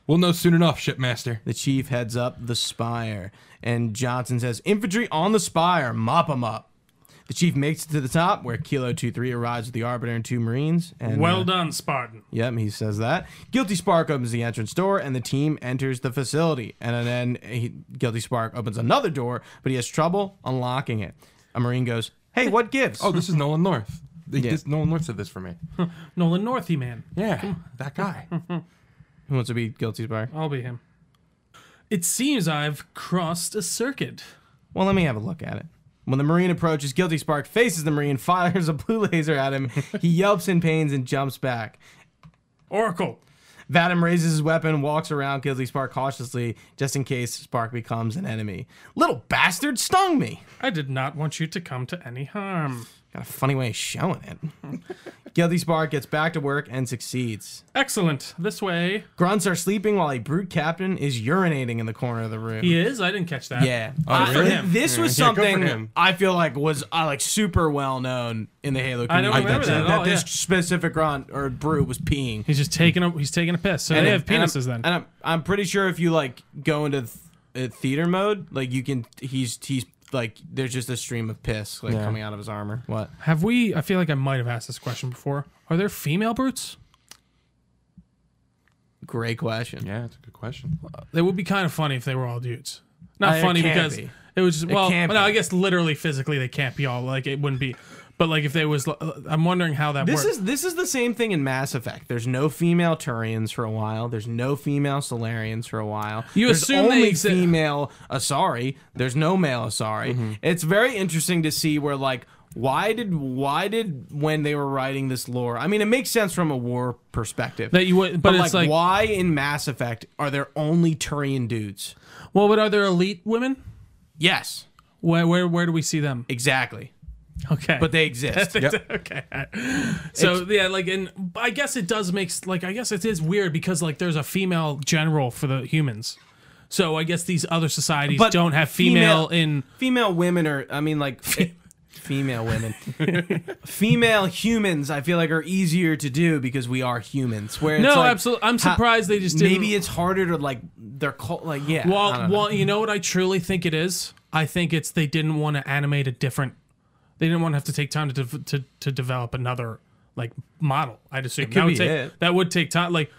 C: We'll know soon enough, shipmaster.
A: The chief heads up the spire, and Johnson says, Infantry on the spire, mop 'em up. The chief makes it to the top, where Kilo 23 arrives with the Arbiter and two Marines. And,
B: Well
A: uh,
B: done, Spartan.
A: Yep, he says that. Guilty Spark opens the entrance door, and the team enters the facility. And then he, Guilty Spark opens another door, but he has trouble unlocking it. A Marine goes, Hey, what gives?
C: Oh, this is Nolan North. They-
A: Yeah.
C: this- Nolan North said this for me.
B: Nolan Northy, man.
C: Yeah, that guy.
A: Who wants to be Guilty Spark?
B: I'll be him. It seems I've crossed a circuit.
A: Well, let me have a look at it. When the Marine approaches, Guilty Spark faces the Marine, fires a blue laser at him. He yelps in pains and jumps back.
B: Oracle.
A: Vadim raises his weapon, walks around Guilty Spark cautiously, just in case Spark becomes an enemy. Little bastard stung me.
B: I did not want you to come to any harm.
A: Got a funny way of showing it. Guilty Spark gets back to work and succeeds.
B: Excellent. This way.
A: Grunts are sleeping while a brute captain is urinating in the corner of the room.
B: He is. I didn't catch that.
A: Yeah.
C: Oh,
A: I-
C: really?
A: th- This was
C: Yeah, good for
A: something
C: him.
A: I feel like was uh, like super well known in the Halo
B: I
A: community.
B: don't remember that at all,
A: this
B: yeah.
A: specific grunt or brute was peeing.
B: He's just taking a he's taking a piss. So they have
A: and I'm-
B: penises then.
A: And I'm, I'm pretty sure if you like go into th- uh, theater mode, like you can, he's he's like there's just a stream of piss like
C: Yeah.
A: coming out of his armor. What?
B: have we I feel like I might have asked this question before. Are there female brutes?
A: Great question.
C: Yeah, that's a good question.
B: It would be kind of funny if they were all dudes. Not
A: Uh, it
B: funny
A: can't
B: because
A: be.
B: it was just well,
A: can't
B: no, I
A: be.
B: guess literally physically they can't be all like it wouldn't be. But like if they was, uh, I'm wondering how that
A: This
B: works.
A: is this is the same thing in Mass Effect. There's no female Turians for a while. There's no female Solarians for a while.
B: You
A: There's
B: assume they
A: only
B: exi-
A: female Asari. There's no male Asari.
B: Mm-hmm.
A: It's very interesting to see where like why did why did when they were writing this lore? I mean, it makes sense from a war perspective.
B: That you would- but it's like-
A: why in Mass Effect are there only Turian dudes?
B: well, but are there elite women?
A: Yes,
B: Where where where do we see them?
A: exactly.
B: Okay,
A: But they exist.
B: okay. So yeah, like, and I guess it does make s- like I guess it is weird because like there's a female general for the humans, so I guess these other societies
A: But
B: don't have female, in.
A: female women are i mean like fe- female women female humans i feel like are easier to do because we are humans where it's
B: No,
A: like,
B: absolutely. I'm
A: ha-
B: surprised they just didn't.
A: maybe it's harder to like they're called like yeah I
B: well,
A: don't know.
B: well, you know what I truly think it is. I think it's they didn't want to animate a different. They didn't want to have to take time to dev- to, to develop another like model. I'd assume
A: could
B: that would
A: be
B: take
A: it.
B: that would take time. Like,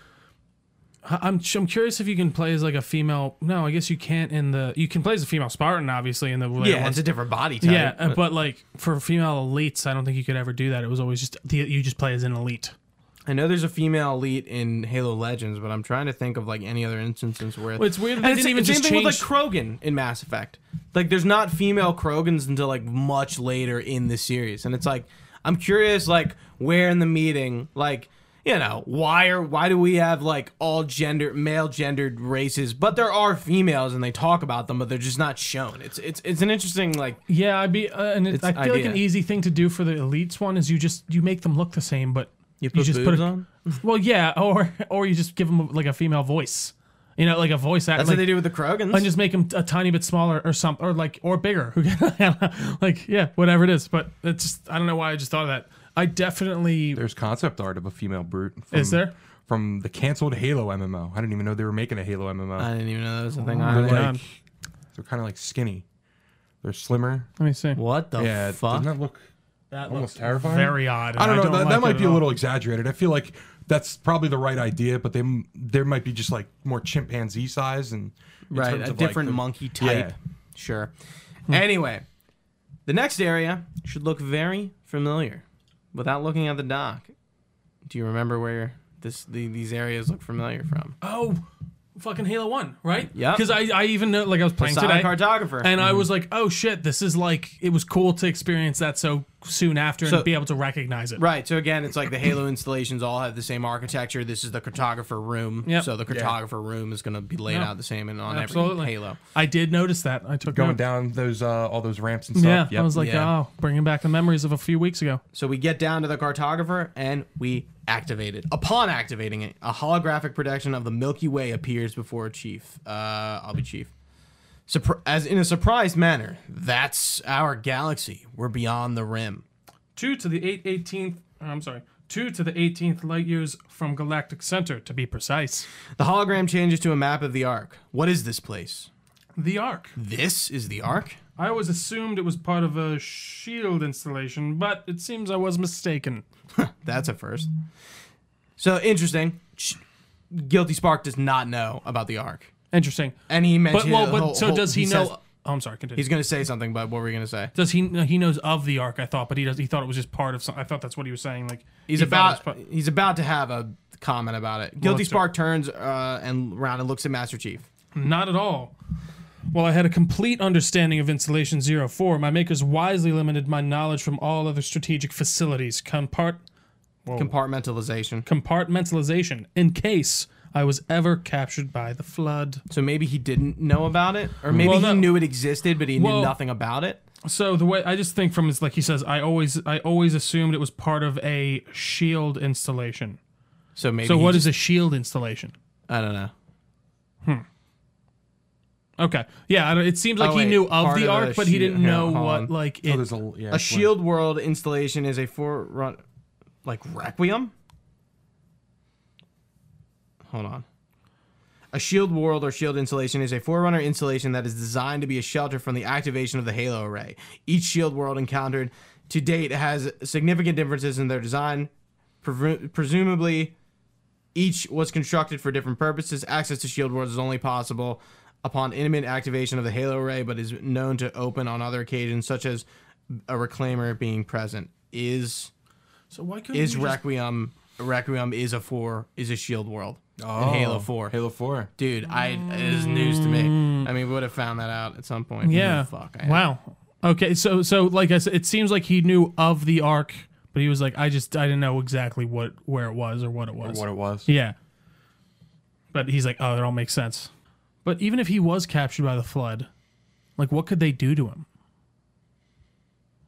B: I- I'm I'm curious if you can play as like a female. No, I guess you can't in the you can play as a female Spartan obviously in the later
A: yeah it's
B: ones.
A: a different body type
B: yeah, uh, but, like for female elites, I don't think you could ever do that. It was always just the, you just play as an elite.
A: i know there's a female elite in halo legends but i'm trying to think of like any other instances where
B: Well, it's weird that
A: And
B: they didn't even
A: same
B: just
A: thing
B: change.
A: with like krogan in mass effect like there's not female krogans until like much later in the series and it's like i'm curious like where in the meeting like you know why are why do we have like all gender male gendered races but there are females and they talk about them but they're just not shown it's it's it's an interesting like
B: yeah, I'd be, uh, and it,
A: It's
B: I feel like
A: idea.
B: an easy thing to do for the elites one is you just you make them look the same, but you,
A: put
B: just
A: boobs
B: put a,
A: on?
B: Well, yeah, or or you just give them like a female voice, you know, like a voice act.
A: that's
B: like,
A: what they do with the krogans
B: and just make them a tiny bit smaller or something or like or bigger like yeah whatever it is but it's just i don't know why i just thought of that i definitely
C: There's concept art of a female brute. From,
B: Is there?
C: From the canceled Halo MMO. I didn't even know they were making a Halo MMO.
A: i didn't even know that was a thing
B: Really?
A: either.
B: Oh God.
C: They're kind of like skinny. They're slimmer.
B: let me see
A: what the
C: yeah,
A: fuck
C: doesn't that look?
B: that
C: Almost terrifying?
B: very odd and
C: I don't know. that, that
B: like it
C: might
B: at
C: be a
B: all.
C: little exaggerated. I feel like that's probably the right idea, but they m- there might be just like more chimpanzee size and in
A: right
C: terms
A: a
C: of, like,
A: different
C: the-
A: monkey type
C: Yeah. Hmm.
A: sure anyway the next area should look very familiar without looking at the dock do you remember where this the, these areas look familiar from
C: Uh,
B: oh fucking halo 1 right
A: Yep.
B: because I, I even know like i was playing
A: Sonic
B: today
A: cartographer Mm-hmm.
B: and i was like oh shit this is like it was cool to experience that so soon after
A: So-
B: and be able to recognize it
A: Right, so again, it's like the Halo installations all have the same architecture. This is the cartographer room,
B: Yep.
A: so the cartographer room is going to be laid
B: Yeah.
A: out the same and on
B: absolutely
A: every Halo.
B: i did notice that i took
C: going
B: note.
C: down those uh, all those ramps and stuff.
B: yeah
C: Yep.
B: i was like
A: Yeah.
B: oh bringing back the memories of a few weeks ago
A: So we get down to the cartographer and we activate it. Upon activating it, a holographic projection of the Milky Way appears before Chief. Uh, I'll be Chief. Surpri- as in a surprised manner, that's our galaxy. We're beyond the rim.
B: Due to the 818th, I'm sorry, Two to the 18th light years from Galactic Center, to be precise.
A: The hologram changes to a map of the Ark. What is this place?
B: The Ark.
A: Mm. This is the Ark?
B: I always assumed it was part of a shield installation, but it seems I was mistaken.
A: That's a first. So interesting. Sh- Guilty Spark does not know about the Ark,
B: Interesting.
A: and he
B: But
A: mentioned.
B: well,
A: the
B: but
A: whole-
B: so
A: whole-
B: does he, know?
A: says-
B: oh, I'm sorry. Continue.
A: he's going to say something, but what were we going to say?
B: does he? No, he knows of the Ark. I thought, but he does. He thought it was just part of some. I thought that's what he was saying. Like
A: He's
B: he thought it
A: about
B: was part-
A: he's about to have a comment about it.
B: let's do
A: Guilty
B: it.
A: Spark turns uh, and round and looks at Master Chief.
B: Not at all. While I had a complete understanding of Installation 04, my makers wisely limited my knowledge from all other strategic facilities, compart-
A: Compartmentalization.
B: compartmentalization, in case I was ever captured by the flood.
A: So maybe he didn't know about it, or maybe
B: Well,
A: he
B: no.
A: knew it existed, but he
B: Well-
A: knew nothing about it.
B: So the way I just think from is like he says, I always I always assumed it was part of a shield installation.
A: So maybe.
B: So
A: he
B: what
A: just,
B: is a shield installation?
A: I don't know.
B: Okay, yeah, I don't, it seems like
A: Oh,
B: he
A: wait,
B: knew of
A: part
B: the
A: of
B: arc,
A: the
B: but he
A: shield-
B: didn't
A: here,
B: know
A: hold
B: what
A: on.
B: like
C: Oh,
B: it.
C: there's a, yeah,
A: A Shield World installation is a forerun, like Requiem. Hold on. A Shield World or Shield installation is a forerunner installation that is designed to be a shelter from the activation of the Halo array. Each Shield World encountered to date has significant differences in their design. Pre- presumably, each was constructed for different purposes. Access to shield worlds is only possible upon imminent activation of the halo array, but is known to open on other occasions, such as a reclaimer being present. Is
B: so why couldn't
A: is
B: you just-
A: Requiem Requiem is a four is a shield world
B: Oh.
A: in Halo Four.
C: Oh. Halo Four.
A: Dude, I it is news to me. I mean, we would have found that out at some point. Who the
B: Mm. Yeah.
A: fuck. I
B: wow. Okay. So so like I said, it seems like he knew of the arc, but he was like, I just I didn't know exactly what where it was or what it was.
C: What it was.
B: yeah. But he's like, oh, it all makes sense. But even if he was captured by the flood, like what could they do to him?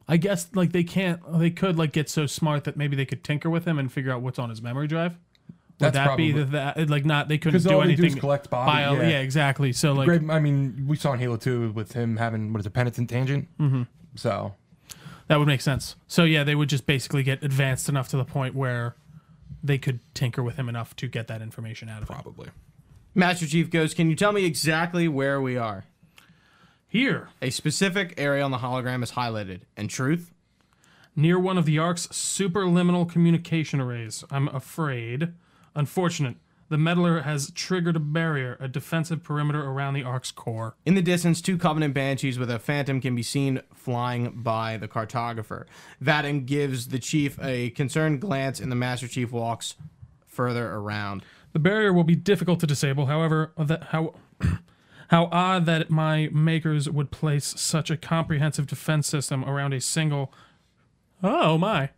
B: I guess like they can't. They could like get so smart that maybe they could tinker with him and figure out what's on his memory drive. Would
C: That's
B: that be
C: probably-
B: that, that like not they couldn't
C: 'Cause
B: do
C: all they do
B: anything?
C: is collect body, yeah.
B: exactly. So like
C: Great. I mean, we saw in Halo Two with him having what is a penitent tangent. Mm-hmm. So
B: That would make sense. So yeah, they would just basically get advanced enough to the point where they could tinker with him enough to get that information out of him.
C: probably.
A: Master Chief goes, Can you tell me exactly where we are?
B: Here,
A: A specific area on the hologram is highlighted. And truth?
B: near one of the Ark's superliminal communication arrays, I'm afraid. Unfortunate. The meddler has triggered a barrier, a defensive perimeter around the Ark's core.
A: In the distance, two Covenant Banshees with a Phantom can be seen flying by the cartographer. Vadim gives the chief a concerned glance, and the Master Chief walks further around.
B: The barrier will be difficult to disable, however, that how how odd that my makers would place such a comprehensive defense system around a single Oh my.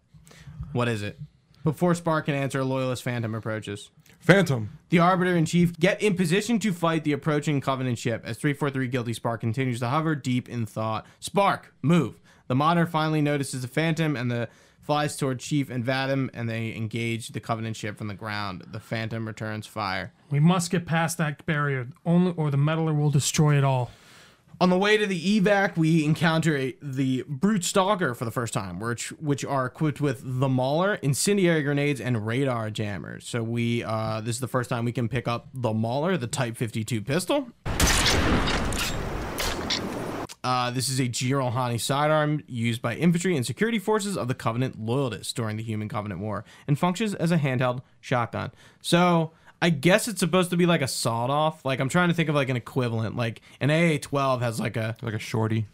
A: What is it? Before Spark can answer, Loyalist Phantom approaches.
C: Phantom.
A: The Arbiter in Chief get in position to fight the approaching Covenant ship as 343 Guilty Spark continues to hover deep in thought. Spark, move! The monitor finally notices the Phantom and the flies toward Chief and Vadim and they engage the Covenant ship from the ground. The Phantom returns fire.
B: We must get past that barrier, only or the meddler will destroy it all.
A: On the way to the evac, we encounter a, the Brute Stalker for the first time, which which are equipped with the Mauler, incendiary grenades, and radar jammers. So we uh, this is the first time we can pick up the Mauler, the Type 52 pistol. Uh, this is a Jirolhani sidearm used by infantry and security forces of the Covenant loyalists during the Human Covenant War, and functions as a handheld shotgun. So I guess it's supposed to be like a sawed-off. Like I'm trying to think of like an equivalent. Like an AA-12 has like a
C: Like a shorty.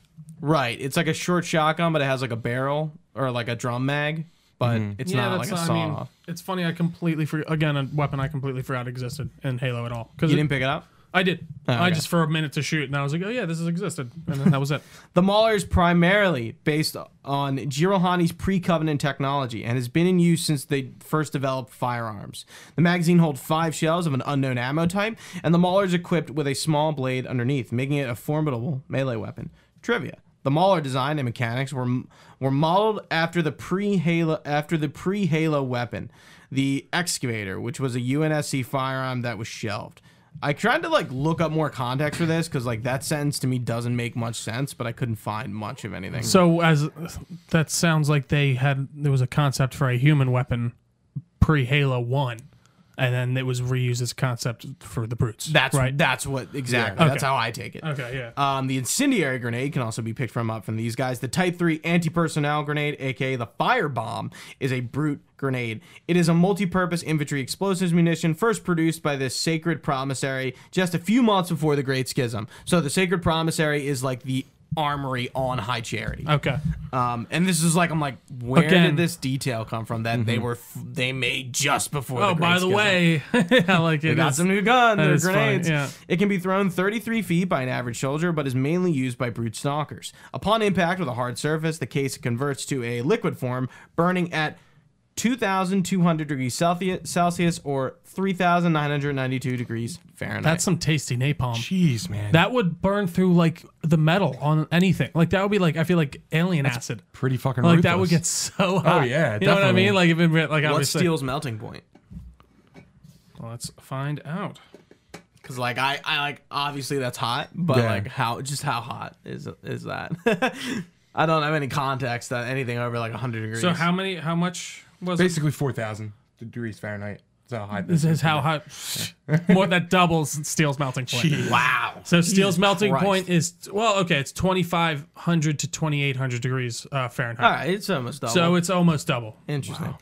A: right. It's like a short shotgun, but it has like a barrel or like a drum mag, but it's not like a
B: I
A: sawed-off.
B: it's funny. I completely for again a weapon I completely forgot existed in Halo at all because
A: you didn't pick it up.
B: I did. I
A: okay.
B: just for a minute to shoot, and I was like, oh yeah, this has existed, and then that was it.
A: The Mauler is primarily based on Jirohani's pre-Covenant technology and has been in use since they first developed firearms. The magazine holds five shells of an unknown ammo type, and the Mauler is equipped with a small blade underneath, making it a formidable melee weapon. Trivia: The Mauler design and mechanics were were modeled after the pre-Halo after the pre-Halo weapon, the Excavator, which was a UNSC firearm that was shelved. I tried to like look up more context for this because like that sentence to me doesn't make much sense, but I couldn't find much of anything.
B: So as that sounds like they had there was a concept for a human weapon pre Halo One, and then it was reused as a concept for the brutes.
A: That's
B: right.
A: That's what exactly. That's
B: Okay.
A: how I take it.
B: okay, yeah.
A: Um, the incendiary grenade can also be picked from up from these guys. The Type 3 anti personnel grenade, aka the firebomb, is a brute grenade. It is a multi purpose infantry explosives munition first produced by this Sacred Promissory just a few months before the Great Schism. So the Sacred Promissory is like the armory on high charity.
B: okay.
A: Um, and this is like, I'm like, where
B: Again.
A: did
B: Mm-hmm.
A: this detail come from that they were f- they made just before
B: Oh,
A: the Great
B: by the
A: Schism?
B: way, I like it.
A: They got
B: It's-
A: some new guns
B: that
A: or
B: is funny,
A: grenades.
B: yeah.
A: It can be thrown 33 feet by an average soldier, but is mainly used by brute stalkers. Upon impact with a hard surface, the case converts to a liquid form, burning at 2,200 degrees Celsius, Celsius or 3,992 degrees Fahrenheit.
B: That's some tasty napalm.
C: Jeez, man.
B: That would burn through like the metal on anything. Like that would be like I feel like alien acid.
C: pretty fucking
B: Like
C: ruthless.
B: that would get
A: Oh,
B: so hot.
C: yeah,
B: you know what I
C: definitely.
B: mean? Like even like
A: What's
B: obviously.
A: steel's melting point?
B: Let's find out.
A: Because like I, I like obviously that's hot, but
C: Yeah.
A: like how just how hot is is that? I don't have any context that anything over like 100 degrees.
B: So how many? How much was it?
C: basically four thousand degrees Fahrenheit. That's how high
B: This is how hot. More that doubles steel's melting point.
A: Wow.
B: So steel's melting
A: Christ.
B: point is well, okay, it's twenty five hundred to twenty eight hundred degrees uh, Fahrenheit.
A: All right, Ah, it's almost double.
B: So it's almost double.
A: Interesting.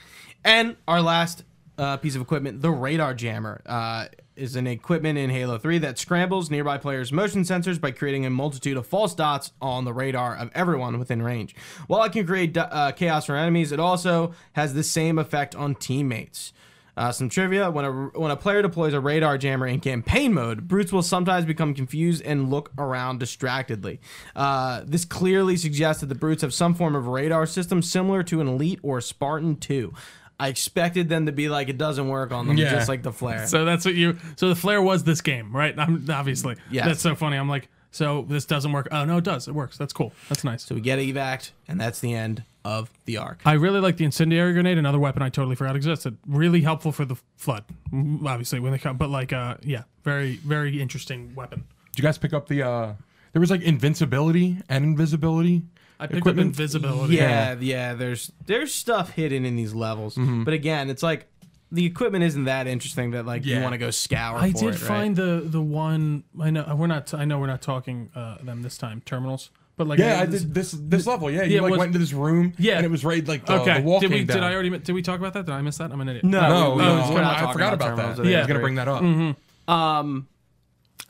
A: And our last uh, piece of equipment, the radar jammer, uh, is an equipment in Halo 3 that scrambles nearby players' motion sensors by creating a multitude of false dots on the radar of everyone within range. While it can create do- uh, chaos for enemies, it also has the same effect on teammates. Uh, some trivia: when a when a player deploys a radar jammer in campaign mode, brutes will sometimes become confused and look around distractedly. Uh, this clearly suggests that the brutes have some form of radar system similar to an elite or Spartan two. I expected them to be like it doesn't work on them,
C: Yeah.
A: just like the flare.
B: So that's what you. So the flare was this game, right? I'm obviously.
A: Yes.
B: That's so funny. I'm like, so this doesn't work. Oh no, it does. It works. That's cool. That's nice.
A: so we get evac, and that's the end of the arc.
B: I really like the incendiary grenade, another weapon I totally forgot existed. Really helpful for the flood, m- obviously when they come. But like, uh, yeah, very very interesting weapon.
C: Did you guys pick up the? uh There was like invincibility and invisibility.
B: I picked
C: Equipment-
B: up invisibility.
A: Yeah, yeah. There's there's stuff hidden in these levels,
B: Mm-hmm.
A: but again, it's like the equipment isn't that interesting that like you
C: Yeah.
A: want to go scour.
B: I
A: for
B: did
A: it, right?
B: find the the one. I know we're not. I know we're not talking uh, them this time. Terminals, but like
C: Yeah, I did this this level. Yeah, you
B: Yeah,
C: like
B: was-
C: went into this room.
B: Yeah.
C: and it was right like Oh, the,
B: Okay.
C: the wall
B: did we?
C: came
B: Did
C: down.
B: I already? Oh, Did we talk about that? Did I miss that? I'm an idiot.
A: No,
C: No,
A: we-
C: no,
A: we're not
C: I
A: talking
C: forgot about
A: terminals
C: that.
A: today.
B: Yeah.
C: I
B: Mm-hmm.
C: was gonna bring that up.
A: Um,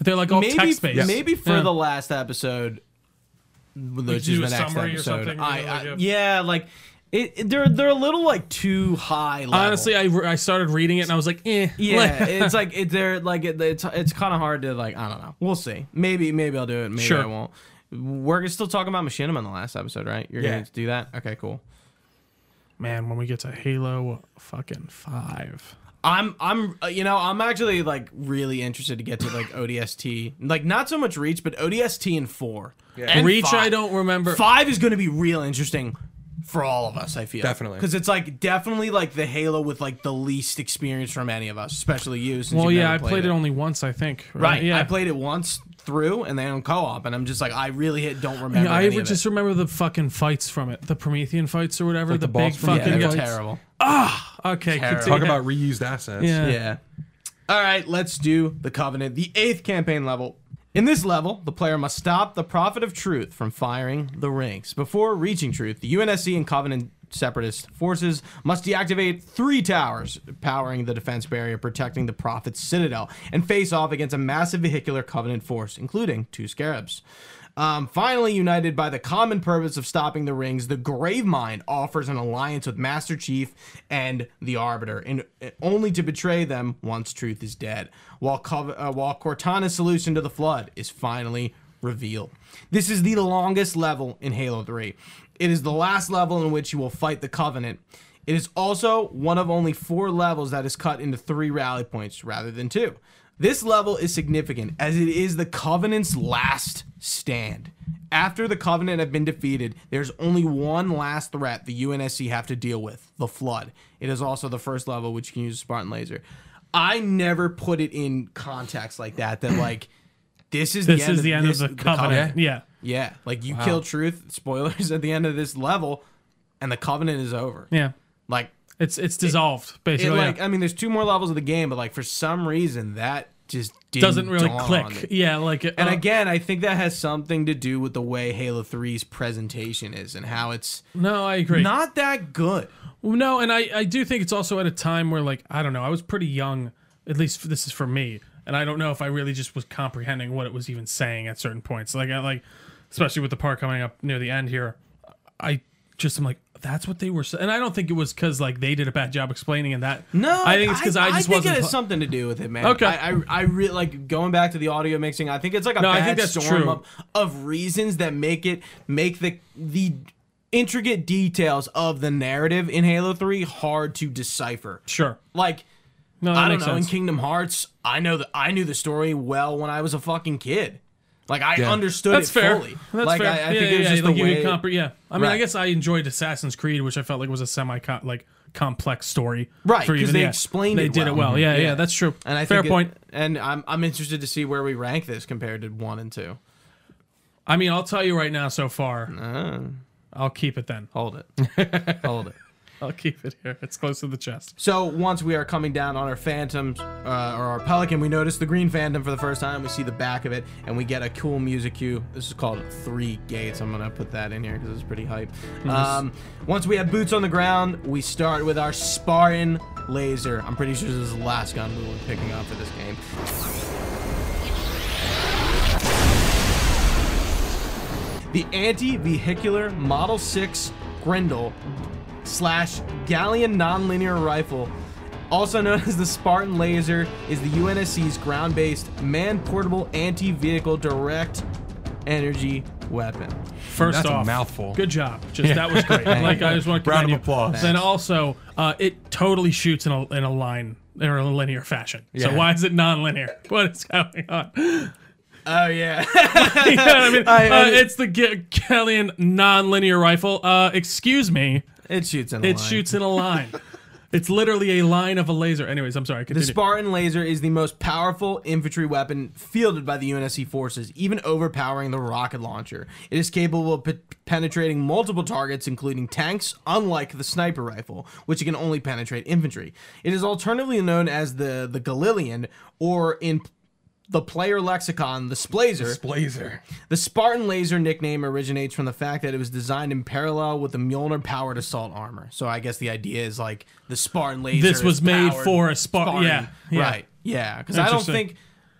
B: They're like all
A: maybe,
B: text based.
A: Maybe for
B: Yeah.
A: the last episode, which
B: do
A: is
B: a
A: the next
B: summary or
A: episode.
B: something,
A: I,
B: you know,
A: I,
B: like,
A: yeah, like it, it- they're they're a little like too high. Level.
B: Honestly, I, re- I started reading it and I was like, eh.
A: yeah,
B: Like-
A: it's like it, they're like it, it's it's kind of hard to like I don't know. We'll see. Maybe maybe I'll do it. Maybe
B: Sure.
A: I won't. We're still talking about Machinima in the last episode, right? You're
C: Yeah.
A: going to do that? Okay, cool.
B: man, when we get to Halo fucking five.
A: I'm I'm uh, you know I'm actually like really interested to get to like ODST like not so much Reach but ODST and four and
B: Reach,
A: five.
B: I don't remember.
A: Five is going to be real interesting for all of us. I feel
C: Definitely.
A: because it's like definitely like the Halo with like the least experience from any of us, especially you. Since
B: Well,
A: you've
B: yeah,
A: never
B: I played it. only once, I think.
A: right.
B: Yeah.
A: I played it once through and then on co-op, and I'm just like I really hit, don't remember.
B: Yeah, I
A: any
B: would
A: of
B: just
A: it.
B: remember the fucking fights from it, the Promethean fights or whatever.
C: Like
B: the,
C: the
B: big
C: boss from
A: yeah,
B: fucking
A: they're
C: Prometheus?
B: guys.
A: terrible.
B: Okay,
A: Terrible.
B: continue.
C: Talk about reused assets.
B: yeah.
A: Yeah. All right, let's do the Covenant, the eighth campaign level. In this level, the player must stop the Prophet of Truth from firing the ranks. Before reaching Truth, the UNSC and Covenant separatist forces must deactivate three towers powering the defense barrier protecting the Prophet's citadel and face off against a massive vehicular Covenant force, including two scarabs. Um, finally, united by the common purpose of stopping the rings, the Gravemind offers an alliance with Master Chief and the Arbiter, and and only to betray them once Truth is dead. While Cov- uh, while Cortana's solution to the Flood is finally revealed. This is the longest level in Halo 3. It is the last level in which you will fight the Covenant. It is also one of only four levels that is cut into three rally points rather than two. This level is significant as it is the Covenant's last stand. After the Covenant have been defeated, there's only one last threat the UNSC have to deal with the Flood. It is also the first level which you can use Spartan Laser. I never put it in context like that, that like this is the
B: This
A: end
B: is
A: of
B: the end
A: this-
B: of the covenant. Yeah.
A: yeah, like you kill Truth, spoilers at the end of this level, and the Covenant is over.
B: Yeah.
A: Like
B: It's it's dissolved
A: It,
B: basically. Oh, yeah.
A: like I mean, there's two more levels of the game, but like for some reason that just didn't
B: doesn't really
A: dawn on
B: click.
A: me.
B: Yeah, like
A: And
B: uh,
A: again, I think that has something to do with the way Halo 3's presentation is and how it's
B: no, I agree.
A: not that good.
B: Well, No, and I, I do think it's also at a time where, like, I don't know, I was pretty young, at least this is for me, and I don't know if I really just was comprehending what it was even saying at certain points. Like, I like, especially with the part coming up near the end here, I just am like, that's what they were saying. And I don't think it was because, like, they did a bad job explaining and that.
A: No,
B: I think it's because I, just
A: think
B: wasn't.
A: it
B: pl-
A: has something to do with it, man.
B: Okay.
A: I I, I really like going back to the audio mixing. I think it's like a
B: No, I
A: bad
B: think that's
A: storm
B: true.
A: Of, of reasons that make it make the the intricate details of the narrative in Halo 3 hard to decipher.
B: sure.
A: Like
B: No, that
A: I don't
B: makes
A: know.
B: sense.
A: In Kingdom Hearts, I know that I knew the story well when I was a fucking kid. Like I
C: Yeah.
A: understood
B: That's
A: it
B: fair.
A: fully.
B: That's
A: like,
B: fair.
A: I, I
B: yeah,
A: think
B: yeah,
A: it was
B: yeah.
A: just
B: like
A: the
B: you
A: way.
B: could compre- yeah. I mean, I
A: Right.
B: guess I enjoyed Assassin's Creed, which I felt like was a semi like complex story.
A: Right,
B: for
A: 'cause
B: even-
A: they
B: yeah.
A: explained
B: They
A: it
B: did it
A: well.
B: well. Yeah, yeah,
A: Yeah.
B: that's true.
A: and I
B: fair
A: think it-
B: point.
A: and I'm I'm interested to see where we rank this compared to one and two.
B: I mean, I'll tell you right now. So far, I'll keep it. Then
A: Hold it. Hold it.
B: I'll keep it here. It's close to the chest.
A: So once we are coming down on our phantoms uh, or our pelican, we notice the green phantom for the first time. We see the back of it, and we get a cool music cue. This is called Three Gates. I'm gonna put that in here because it's pretty hype. Um, once we have boots on the ground, we start with our Spartan laser. I'm pretty sure this is the last gun we will be picking up for this game. The anti-vehicular Model 6 Grendel slash Galleon nonlinear rifle, also known as the Spartan Laser, is the UNSC's ground-based man-portable anti-vehicle direct energy weapon.
B: First
C: That's a
B: off,
C: mouthful.
B: Good job. Just that was great. like I just want to
C: Round of
B: commend you.
C: applause.
B: Then also, uh, it totally shoots in a in a line or a linear fashion. So
C: Yeah.
B: why is it non-linear? What is going on?
A: Oh yeah.
B: You know what I mean,
A: I- I-
B: uh, it's the Ge- Galleon non-linear rifle. Uh, excuse me,
A: it shoots in a
B: it
A: line.
B: shoots in a line. it's literally a line of a laser. Anyways, I'm sorry.
A: The
B: Continue.
A: Spartan laser is the most powerful infantry weapon fielded by the UNSC forces, even overpowering the rocket launcher. It is capable of pe- penetrating multiple targets, including tanks, unlike the sniper rifle, which can only penetrate infantry. It is alternatively known as the, the Galilian, or in the player lexicon, the Splazer.
C: Blazer.
A: The Spartan laser nickname originates from the fact that it was designed in parallel with the Mjolnir powered assault armor. So I guess the idea is like the Spartan laser.
B: This
A: is
B: was made
A: powered
B: for a Spar-
A: Spartan.
B: yeah, yeah.
A: right, yeah. Because I don't
B: Interesting.
A: think,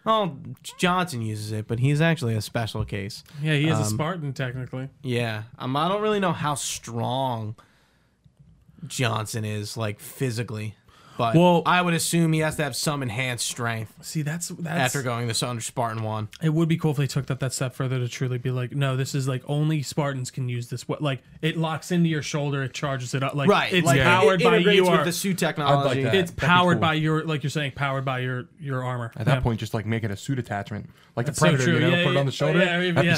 A: oh, Johnson uses it, but he's actually a special case.
B: yeah, he is
A: um,
B: a Spartan technically.
A: Yeah, um, I don't really know how strong Johnson is like physically, but
B: Well-
A: I would assume he has to have some enhanced strength
B: See, that's that's
A: after going this under Spartan one.
B: it would be cool if they took that that step further to truly be like, no, this is like only Spartans can use this. What like it locks into your shoulder, it charges it up. Like
A: Right,
B: it's
A: like, it-
B: powered
A: it
B: by E
A: integrates
B: your.
A: with the suit technology.
C: that.
B: it's
C: That'd be
B: powered
C: cool.
B: by your like you're saying powered by your your armor.
C: At that point, just like make it a suit attachment, like the
B: so
C: predator,
B: true.
C: you know,
B: Yeah,
C: put it
B: yeah. Oh,
C: on the shoulder.
B: Yeah, I mean,
C: That'd
B: yeah.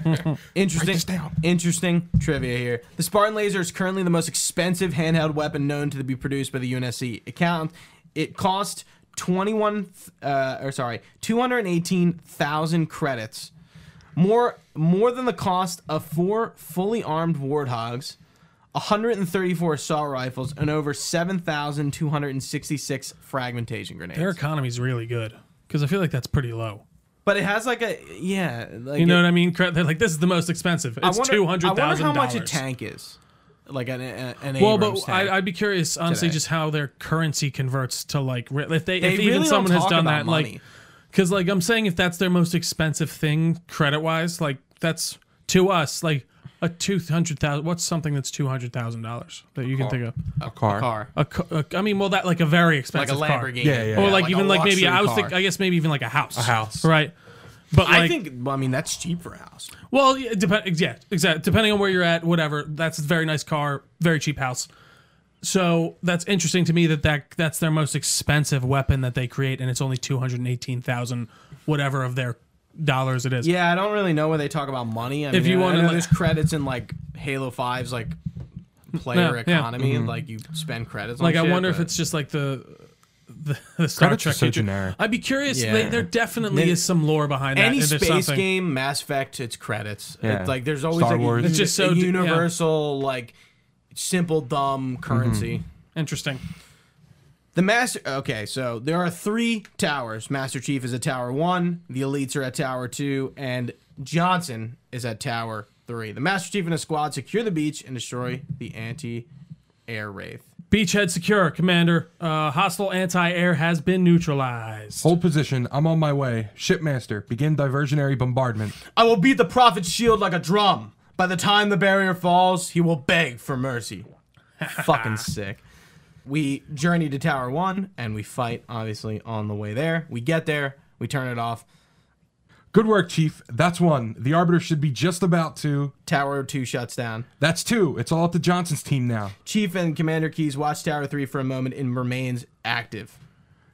C: be sick.
A: Interesting,
C: this down.
A: interesting trivia here. The Spartan laser is currently the most expensive handheld weapon known to be produced by the UNSC account. It cost twenty-one, uh, or sorry, two hundred eighteen thousand credits, more more than the cost of four fully armed warthogs, one hundred and thirty-four assault rifles, and over seven thousand two hundred and sixty-six fragmentation grenades.
B: their economy's really good because I feel like that's pretty low.
A: but it has like a yeah, like
B: You know
A: it-
B: what I mean? Cra- They're like this is the most expensive.
A: I
B: It's
A: wonder-
B: two hundred
A: I wonder
B: thousand
A: how much
B: dollars.
A: a tank is, like an an, an
B: Well,
A: Abrams
B: but
A: tank.
B: I, I'd be curious, honestly,
A: today.
B: just how their currency converts to like re- if they, if
A: They
B: even
A: really
B: someone
A: don't
B: has
A: talk
B: done
A: about
B: that,
A: money.
B: like, because like I'm saying, if that's their most expensive thing credit wise, like that's to us like a two hundred thousand. What's something that's two hundred thousand dollars that you can think of?
C: a car.
A: car,
B: A, ca- a, I mean, well, that like a
A: like
B: very
A: a
B: expensive car.
A: Lamborghini,
C: Yeah, yeah.
B: or
C: Yeah,
B: like, even
A: a
B: like maybe
A: luxury
B: I was
A: car.
B: think I guess maybe even like a house. A
C: house.
B: right? But
A: I
B: like,
A: think. well, I mean, that's cheap for a house.
B: Well, yeah, depend, yeah, exactly. Depending on where you're at, whatever. That's a very nice car, very cheap house. So that's interesting to me that, that that's their most expensive weapon that they create, and it's only two hundred eighteen thousand, whatever of their dollars it is.
A: Yeah, I don't really know where they talk about money. I
B: If
A: mean,
B: you
A: I- I
B: wanna,
A: know
B: like-
A: there's credits in like Halo 5's like
B: Yeah,
A: player
B: yeah. Mm-hmm.
A: economy, like you spend credits. on
B: Like I
A: shit,
B: wonder if
A: but-
B: it's just like the the, the Star
C: Credits are
B: Trek.
C: so
B: feature.
C: generic.
B: I'd be curious. They,
A: Yeah.
B: there definitely
A: Then-
B: is some lore behind that.
A: any
B: and there's
A: space
B: something.
A: game, Mass Effect, it's credits.
C: Yeah.
A: It's like there's always
C: Star
A: like a
C: Wars.
A: uni-
B: It's just so
A: a
B: d- yeah.
A: universal like simple dumb currency.
B: Interesting.
A: The master. Okay, so there are three towers. Master Chief is at Tower One. The elites are at Tower Two, and Johnson is at Tower Three. The Master Chief and his squad secure the beach and destroy the anti-air wraith.
B: Beachhead secure, Commander. Uh, hostile anti-air has been neutralized.
C: Hold position. I'm on my way. Shipmaster, begin diversionary bombardment.
A: I will beat the prophet's shield like a drum. By the time the barrier falls, he will beg for mercy. Fucking sick. We journey to Tower One and we fight. Obviously, on the way there, we get there, we turn it off.
C: Good work, Chief. That's one. The Arbiter should be just about to.
A: Tower Two shuts down.
C: That's two. It's all up to Johnson's team now.
A: Chief and Commander Keys watch Tower 3 for a moment and remains active.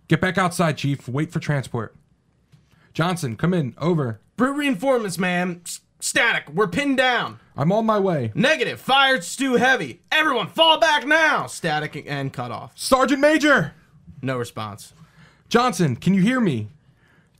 C: Get back outside, Chief. Wait for transport. Johnson, come in. Over.
A: Brute reinforcements, ma'am. S- Static. We're pinned down.
C: I'm on my way.
A: Negative. Fire's too heavy. Everyone, fall back now. Static and cut off.
C: Sergeant Major!
A: No response.
C: Johnson, can you hear me?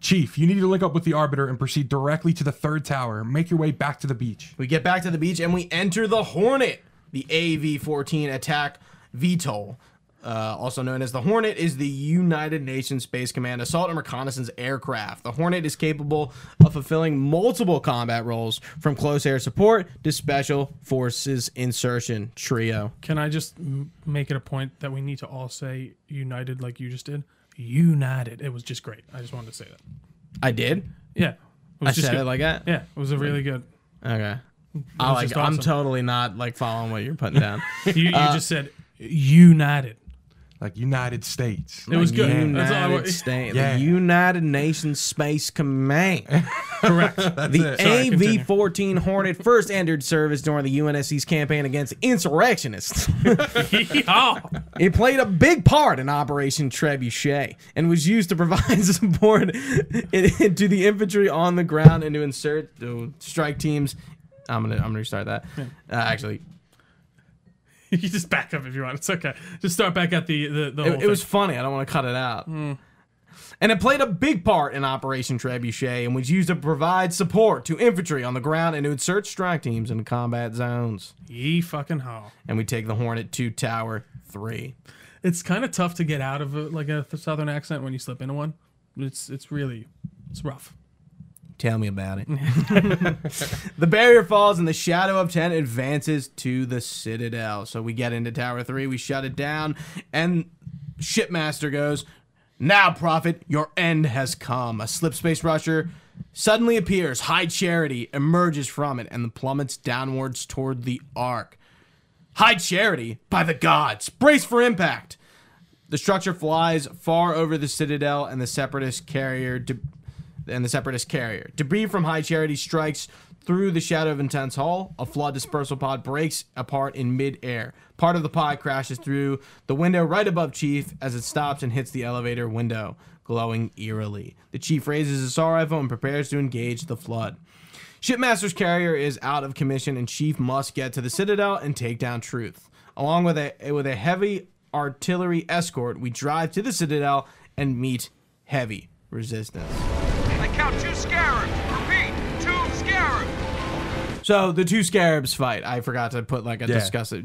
C: Chief, you need to link up with the Arbiter and proceed directly to the third tower. Make your way back to the beach.
A: We get back to the beach and we enter the Hornet. The AV 14 attack VTOL, uh, also known as the Hornet, is the United Nations Space Command assault and reconnaissance aircraft. The Hornet is capable of fulfilling multiple combat roles from close air support to special forces insertion trio.
B: Can I just m- make it a point that we need to all say united like you just did? United. It was just great. I just wanted to say that.
A: I did.
B: Yeah. It was
A: I said it like that.
B: Yeah, it was a really good.
A: Okay. I like.
B: just
A: I'm
B: awesome.
A: totally not like following what you're putting down.
B: You, you
A: Uh,
B: just said united.
C: Like United States.
B: It was good. That's all I
A: United
B: wa-
A: States,
C: Yeah.
A: the United Nations Space Command.
B: Correct.
A: The
B: Sorry, continue.
A: AV 14 Hornet first entered service during the UNSC's campaign against insurrectionists.
B: Yeehaw.
A: it played a big part in Operation Trebuchet and was used to provide support in- to the infantry on the ground and to insert to strike teams. I'm gonna I'm gonna restart that. Uh, actually,
B: you can just back up if you want. It's okay. Just start back at the the, the whole
A: it, it
B: thing.
A: was funny. I don't want to cut it out. And it played a big part in Operation Trebuchet and was used to provide support to infantry on the ground and to insert strike teams into combat zones.
B: Yee fucking ho.
A: and we take the Hornet to Tower Three.
B: It's kind of tough to get out of a, like a th- southern accent when you slip into one. It's it's really it's rough.
A: Tell me about it. the barrier falls and the Shadow of Ten advances to the Citadel. So we get into Tower Three, we shut it down, and Shipmaster goes, "Now, Prophet, your end has come." A slip space rusher suddenly appears. High Charity emerges from it and plummets downwards toward the Ark. High Charity, by the gods, brace for impact. The structure flies far over the citadel and the separatist carrier de- and the separatist carrier. Debris from High Charity strikes through the shadow of Intense Hull. A flawed dispersal pod breaks apart in midair. Part of the pod crashes through the window right above Chief as it stops and hits the elevator window, glowing eerily. The Chief raises his assault rifle and prepares to engage the flood. Shipmaster's carrier is out of commission, and Chief must get to the Citadel and take down Truth. Along with a with a heavy artillery escort, we drive to the Citadel and meet heavy resistance.
D: I count two scarabs. Repeat, two scarabs.
A: So the two scarabs fight. I forgot to put like a
C: Yeah.
A: discuss it.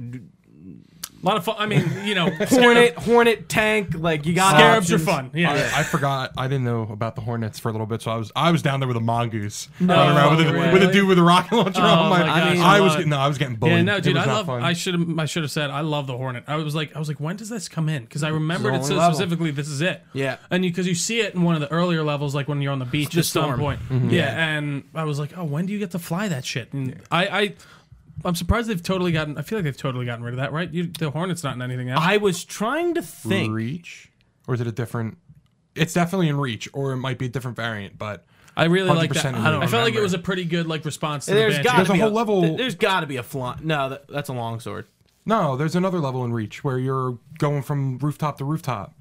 B: A lot of fun. I mean, you know,
A: Hornet, Hornet tank. Like you got
B: Scarabs are
A: options.
B: fun. Yeah.
C: I, I forgot. I didn't know about the Hornets for a little bit, so I was I was down there with a mongoose,
B: No,
C: running around with a,
B: really?
C: with a dude with a rocket launcher on my.
B: my gosh,
C: I,
B: I
C: was
B: love-
C: getting no, I was getting bullied.
B: Yeah, no,
C: It
B: dude,
C: was
B: I
C: not
B: love.
C: fun.
B: I should have. I should have said I love the Hornet. I was like, I was like, when does this come in? Because I remembered
A: the
B: it
A: only
B: said
A: level.
B: specifically this is it.
A: Yeah.
B: and because you, see it in one of the earlier levels, like when you're on the beach at some
A: storm.
B: point. Yeah. and I was like, oh, when do you get to fly that shit? And I, I, I'm surprised they've totally gotten. I feel like they've totally gotten rid of that, right? You, the Hornet's not in anything else.
A: I was trying to think.
C: Reach, or is it a different? It's definitely in Reach, or it might be a different variant. But
B: I really like that.
C: 100%
B: I, don't I felt like it
C: remember.
B: was a pretty good like response to
A: There's
B: the
A: got
B: Banshee.
C: There's a whole level-
A: There's got to be a flaunt. No, that, that's a longsword.
C: no, there's another level in Reach where you're going from rooftop to rooftop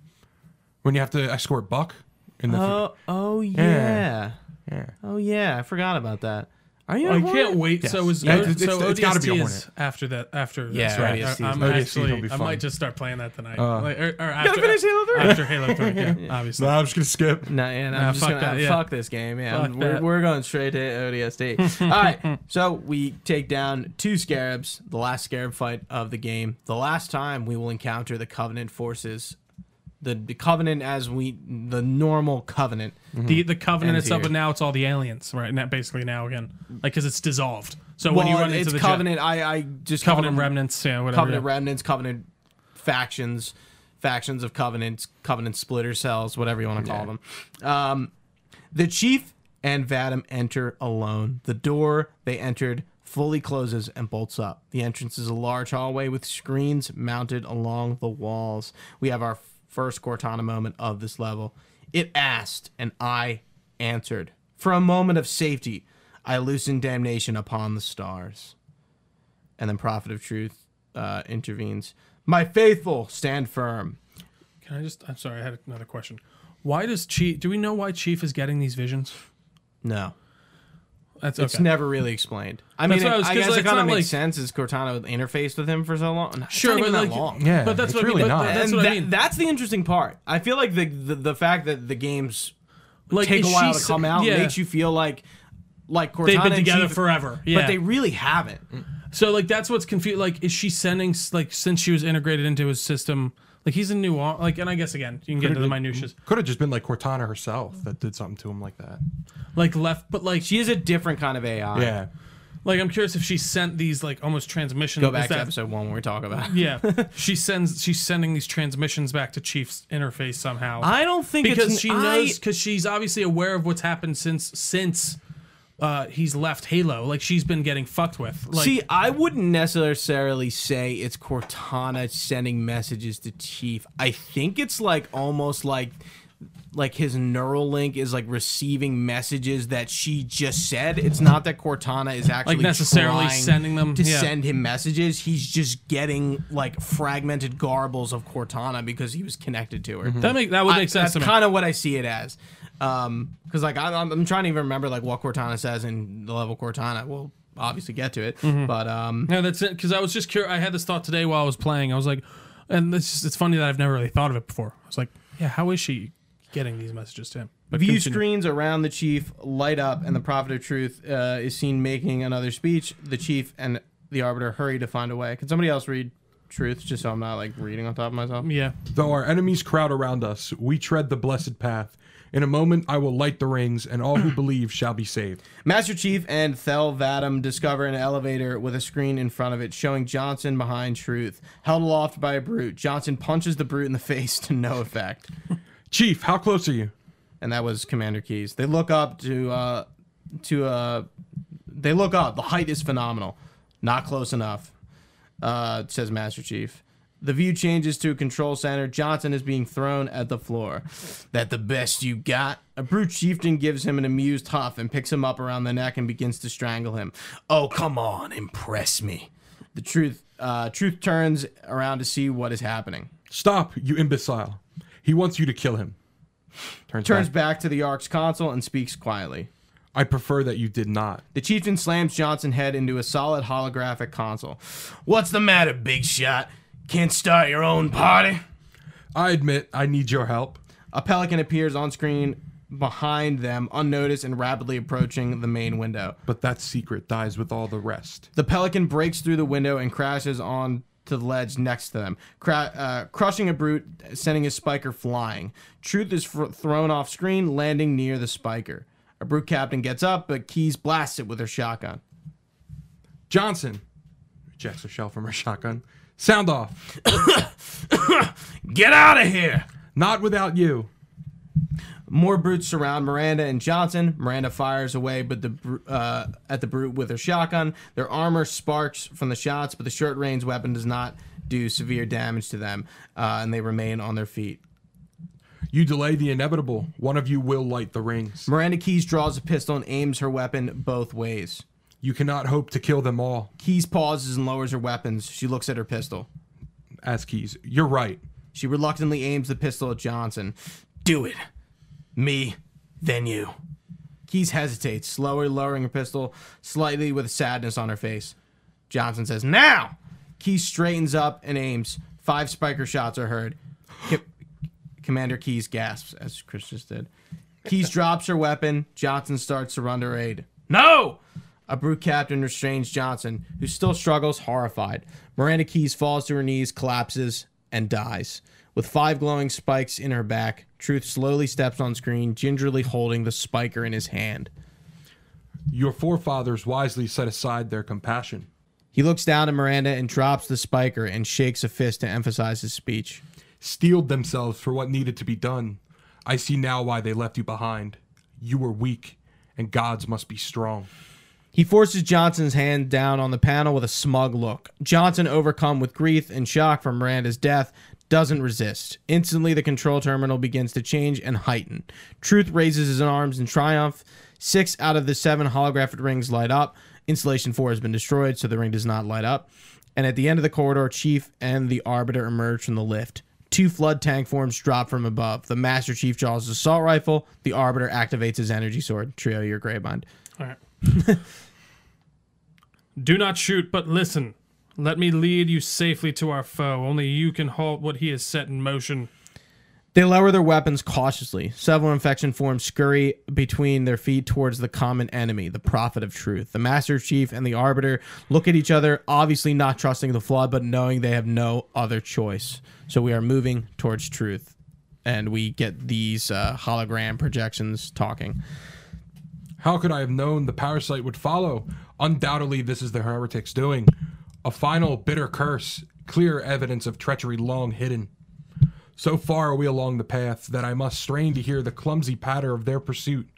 C: when you have to escort Buck. In the
A: Oh, oh yeah.
C: Yeah.
A: Oh yeah, I forgot about that. Are you?
B: I
A: a
B: can't
A: Hornet?
B: wait. So is
C: Yeah,
B: O-
C: it's-
B: so
C: it's- it's gotta be a
B: ODST
C: Hornet.
B: is after that. After
A: Yeah,
B: this, right?
A: ODST
B: I, am
A: 's
C: ODST 's gonna
B: actually.
C: be
B: I
C: fun. Uh,
B: might just start playing that tonight. like, er, or, or after,
A: finish Halo 3.
B: After Halo Three, yeah, obviously.
C: No, I'm just gonna skip.
A: No, and I'm
B: Nah,
A: just
B: fuck
A: gonna
B: that, yeah.
A: fuck this game. Yeah,
B: Fuck
A: we're,
B: that.
A: we're going straight to ODST. All right, so we take down two scarabs. The last scarab fight of the game. The last time we will encounter the Covenant forces. The, the Covenant, as we the normal Covenant.
B: The the Covenant
A: End
B: itself,
A: here.
B: but now it's all the aliens, right? Now, basically now again, like because it's dissolved. So
A: Well,
B: when you run
A: it's
B: into the Covenant,
A: Covenant. I I just call
B: Covenant
A: them
B: remnants, yeah, whatever.
A: Covenant
B: yeah.
A: remnants, Covenant factions, factions of Covenants, Covenant splitter cells, whatever you want to call them. Um, the chief and Vadim enter alone. The door they entered fully closes and bolts up. The entrance is a large hallway with screens mounted along the walls. We have our first Cortana moment of this level. It asked, and I answered. For a moment of safety, I loosened damnation upon the stars and then prophet of truth uh, intervenes my faithful stand firm
B: Can I just? I'm sorry, I had another question. Why does Chief? Do we know why Chief is getting these visions?
A: no
B: That's
A: it's
B: okay.
A: never really explained i
B: That's
A: mean
B: what
A: I,
B: I was- 'cause,
A: guess
B: like,
A: it
B: it's
A: kind of
B: not
A: makes
B: like-
A: sense is cortana interfaced with him for so long It's
B: sure,
A: not even
B: but
A: that
B: like,
A: long
C: Yeah,
B: but that's
C: it's
B: what
C: really
B: I mean. but-
C: not.
B: but that's
A: And
B: what I
A: that-
B: mean.
A: that's the interesting part i feel like the the, the fact that the games
B: like,
A: take a
B: is
A: while
B: she
A: to
B: s-
A: come out
B: yeah.
A: makes you feel like like cortana
B: They've been
A: and
B: together
A: Chief-
B: forever. Yeah. Mm.
A: but they really haven't
B: So like that's what's confused. Like, is she sending s- like since she was integrated into his system? Like he's in New Orleans. Like, and I guess again you can get into the minutiae.
C: Could have just been like Cortana herself that did something to him like that.
B: Like left, but like
A: she is a different kind of ai
C: Yeah,
B: like I'm curious if she sent these like almost transmissions.
A: go
B: is
A: back to
B: that-
A: episode one where we talk about it.
B: Yeah, she sends she's sending these transmissions back to Chief's interface somehow.
A: i don't think
B: because
A: it's,
B: she
A: I-
B: knows because she's obviously aware of what's happened since since uh, he's left Halo. Like she's been getting fucked with. Like,
A: See, I wouldn't necessarily say it's Cortana sending messages to Chief. I think it's like almost like like his neural link is like receiving messages that she just said. It's not that Cortana is actually
B: necessarily
A: trying
B: sending them,
A: to
B: yeah.
A: send him messages. He's just getting like fragmented garbles of Cortana because he was connected to her.
B: that make that would
A: I-
B: make sense to
A: That's
B: me.
A: kind of what I see it as. Um, because like I, I'm, I'm trying to even remember like what Cortana says in the level Cortana. We'll obviously get to it, but um,
B: Mm-hmm. Yeah, that's it. Because I was just curious. I had this thought today while I was playing. I was like, and this is, it's funny that I've never really thought of it before. I was like, yeah, how is she getting these messages to him? But
A: view
B: continue.
A: screens around the chief light up, and the prophet of truth uh, is seen making another speech. The chief and the arbiter hurry to find a way. Can somebody else read truth, just so I'm not like reading on top of myself?
B: Yeah,
C: Though our enemies crowd around us, we tread the blessed path. In a moment, I will light the rings, and all who believe shall be saved.
A: Master Chief and Thel Vadim discover an elevator with a screen in front of it showing Johnson behind Truth, held aloft by a brute. Johnson punches the brute in the face to no effect.
C: Chief, how close are you?
A: and that was Commander Keys. They look up to uh to uh they look up. The height is phenomenal. Not close enough. Uh says Master Chief. The view changes to a control center. Johnson is being thrown at the floor. That the best you got? A brute chieftain gives him an amused huff and picks him up around the neck and begins to strangle him. Oh, come on, impress me. The truth uh, truth turns around to see what is happening.
C: Stop, you imbecile. He wants you to kill him. Turns,
A: Turns
C: back.
A: back to the Ark's console and speaks quietly.
C: I prefer that you did not.
A: The chieftain slams Johnson's head into a solid holographic console. What's the matter, big shot? Can't start your own party?
C: I admit I need your help.
A: A pelican appears on screen behind them, unnoticed and rapidly approaching the main window.
C: But that secret dies with all the rest.
A: The pelican breaks through the window and crashes on to the ledge next to them, cra- uh, crushing a brute, sending his spiker flying. Truth is fr- thrown off screen, landing near the spiker. A brute captain gets up, but Keys blasts it with her shotgun.
C: Johnson ejects a shell from her shotgun. Sound off.
A: Get out of here!
C: Not without you.
A: More brutes surround Miranda and Johnson. Miranda fires away, but the br- uh, at the brute with her shotgun. Their armor sparks from the shots, but the short-range weapon does not do severe damage to them, uh, and they remain on their feet.
C: You delay the inevitable. One of you will light the rings.
A: Miranda Keys draws a pistol and aims her weapon both ways.
C: You cannot hope to kill them all.
A: Keys pauses and lowers her weapons. She looks at her pistol.
C: As keys. You're right.
A: She reluctantly aims the pistol at Johnson. Do it. Me, then you. He's hesitates, slowly lowering her pistol, slightly with sadness on her face. Johnson says, Now! Key straightens up and aims. Five spiker shots are heard. Kip- Commander Keys gasps, as Chris just did. Keys drops her weapon. Johnson starts to run to her aid. No! A brute captain restrains Johnson, who still struggles, horrified. Miranda Keys falls to her knees, collapses, and dies. With five glowing spikes in her back, Truth slowly steps on screen, gingerly holding the spiker in his hand.
C: Your forefathers wisely set aside their compassion.
A: He looks down at Miranda and drops the spiker and shakes a fist to emphasize his speech.
C: steeled themselves for what needed to be done. I see now why they left you behind. You were weak, and gods must be strong.
A: He forces Johnson's hand down on the panel with a smug look. Johnson, overcome with grief and shock from Miranda's death, doesn't resist. Instantly, the control terminal begins to change and heighten. Truth raises his arms in triumph. Six out of the seven holographic rings light up. Installation 4 has been destroyed, so the ring does not light up. And at the end of the corridor, Chief and the Arbiter emerge from the lift. Two flood tank forms drop from above. The Master Chief draws his assault rifle. The Arbiter activates his energy sword. Trio, your Greymond.
B: All right. Do not shoot, but listen. Let me lead you safely to our foe. Only you can halt what he has set in motion.
A: They lower their weapons cautiously. Several infection forms scurry between their feet towards the common enemy, the Prophet of Truth. The Master Chief and the Arbiter look at each other, obviously not trusting the flood, but knowing they have no other choice. So we are moving towards Truth, and we get these uh, hologram projections talking.
C: How could I have known the parasite would follow? Undoubtedly, this is the heretic's doing. A final bitter curse, clear evidence of treachery long hidden. So far are we along the path that I must strain to hear the clumsy patter of their pursuit.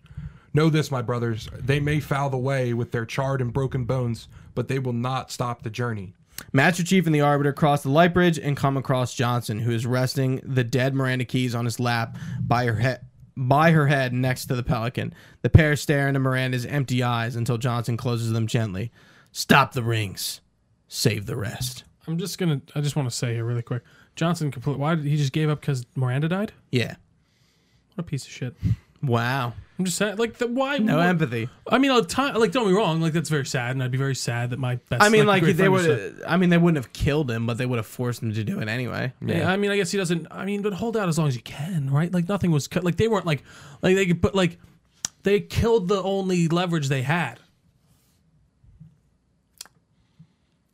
C: Know this, my brothers, they may foul the way with their charred and broken bones, but they will not stop the journey.
A: Master Chief and the Arbiter cross the light bridge and come across Johnson, who is resting the dead Miranda Keys on his lap by her head by her head next to the pelican. The pair stare into Miranda's empty eyes until Johnson closes them gently. Stop the rings. Save the rest.
B: I'm just gonna. I just want to say here really quick. Johnson complete. Why did he just gave up? Because Miranda died.
A: Yeah.
B: What a piece of shit.
A: Wow.
B: I'm just saying. Like the why?
A: No
B: what-
A: empathy.
B: I mean, I'll ti- like don't be wrong. Like that's very sad, and I'd be very sad that my best.
A: I mean, like,
B: great
A: they
B: friend was
A: would. I mean, they wouldn't have killed him, but they would have forced him to do it anyway.
B: Yeah. I mean, I guess he doesn't. I mean, but hold out as long as you can, right? Like nothing was cut. Like they weren't like, like they could put like, they killed the only leverage they had.